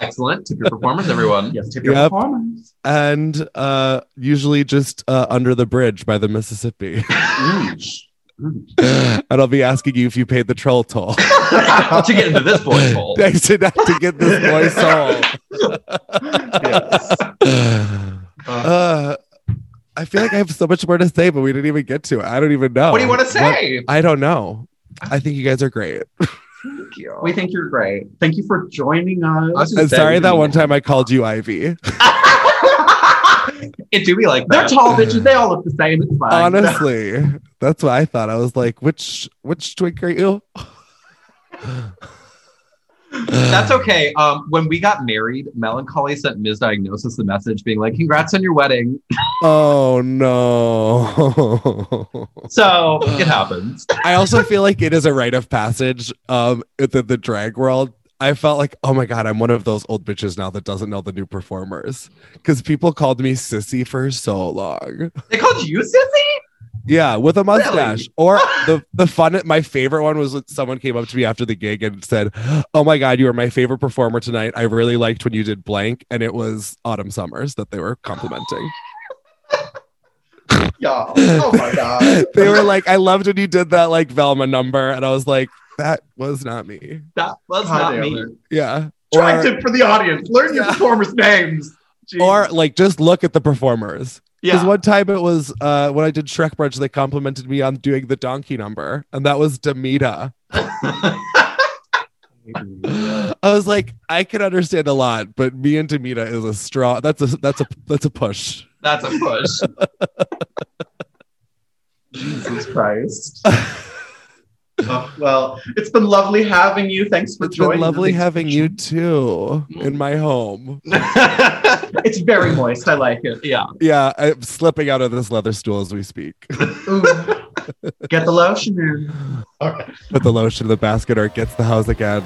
[SPEAKER 5] Excellent. Tip your performers, everyone.
[SPEAKER 8] Yes, tip your
[SPEAKER 6] Yep.
[SPEAKER 8] performance.
[SPEAKER 6] and uh, usually just uh, under the bridge by the Mississippi. and I'll be asking you if you paid the troll toll.
[SPEAKER 5] to get into this boy's hole.
[SPEAKER 6] Thanks to not to get this boy soul. uh, I feel like I have so much more to say, but we didn't even get to it. I don't even know.
[SPEAKER 5] What do you want to say?
[SPEAKER 6] I don't know. I think you guys are great.
[SPEAKER 5] Thank you.
[SPEAKER 8] We think you're great. Thank you for joining
[SPEAKER 5] I was
[SPEAKER 8] us.
[SPEAKER 5] just
[SPEAKER 6] I'm
[SPEAKER 5] saying,
[SPEAKER 6] sorry
[SPEAKER 5] we
[SPEAKER 6] that
[SPEAKER 5] mean
[SPEAKER 6] one
[SPEAKER 5] it.
[SPEAKER 6] time I called you Ivy.
[SPEAKER 5] it do be like
[SPEAKER 8] They're
[SPEAKER 5] that.
[SPEAKER 8] tall bitches. They all look the same. It's fine.
[SPEAKER 6] Honestly, that's what I thought. I was like, which which twink are you?
[SPEAKER 5] That's okay. Um, when we got married, Melancholy sent Misdiagnosis the message being like, "Congrats on your wedding."
[SPEAKER 6] Oh no.
[SPEAKER 5] So it happens.
[SPEAKER 6] I also feel like it is a rite of passage um the, the drag world. I felt like, oh my god, I'm one of those old bitches now that doesn't know the new performers. Cause people called me sissy for so long.
[SPEAKER 5] They called you sissy.
[SPEAKER 6] Yeah, with a mustache. Or the the fun my favorite one was when someone came up to me after the gig and said, Oh my god, you were my favorite performer tonight. I really liked when you did blank, and it was Autumn Summers that they were complimenting.
[SPEAKER 8] Y'all. Oh my god.
[SPEAKER 6] they were like, I loved when you did that like Velma number, and I was like, That was not me.
[SPEAKER 5] That was
[SPEAKER 8] Hi,
[SPEAKER 5] not me.
[SPEAKER 8] Taylor.
[SPEAKER 6] Yeah.
[SPEAKER 8] Try
[SPEAKER 6] Or,
[SPEAKER 8] tip for the audience. Learn your
[SPEAKER 6] Yeah.
[SPEAKER 8] performers' names. Jeez.
[SPEAKER 6] or like just look at the performers. Because
[SPEAKER 5] Yeah.
[SPEAKER 6] one time it was uh when I did Shrek Brunch, they complimented me on doing the donkey number, and that was Demita. I was like, I can understand a lot, but me and Demita is a straw. That's a that's a that's a push.
[SPEAKER 5] That's a push.
[SPEAKER 8] Jesus Christ. Oh, well, it's been lovely having you. Thanks for
[SPEAKER 6] It's
[SPEAKER 8] joining.
[SPEAKER 6] been lovely
[SPEAKER 8] us.
[SPEAKER 6] having you too in my home.
[SPEAKER 8] It's very moist. I like it.
[SPEAKER 5] yeah.
[SPEAKER 6] Yeah, I'm slipping out of this leather stool as we speak.
[SPEAKER 8] Ooh. Get the lotion in.
[SPEAKER 6] Put the lotion in the basket or it gets the house again.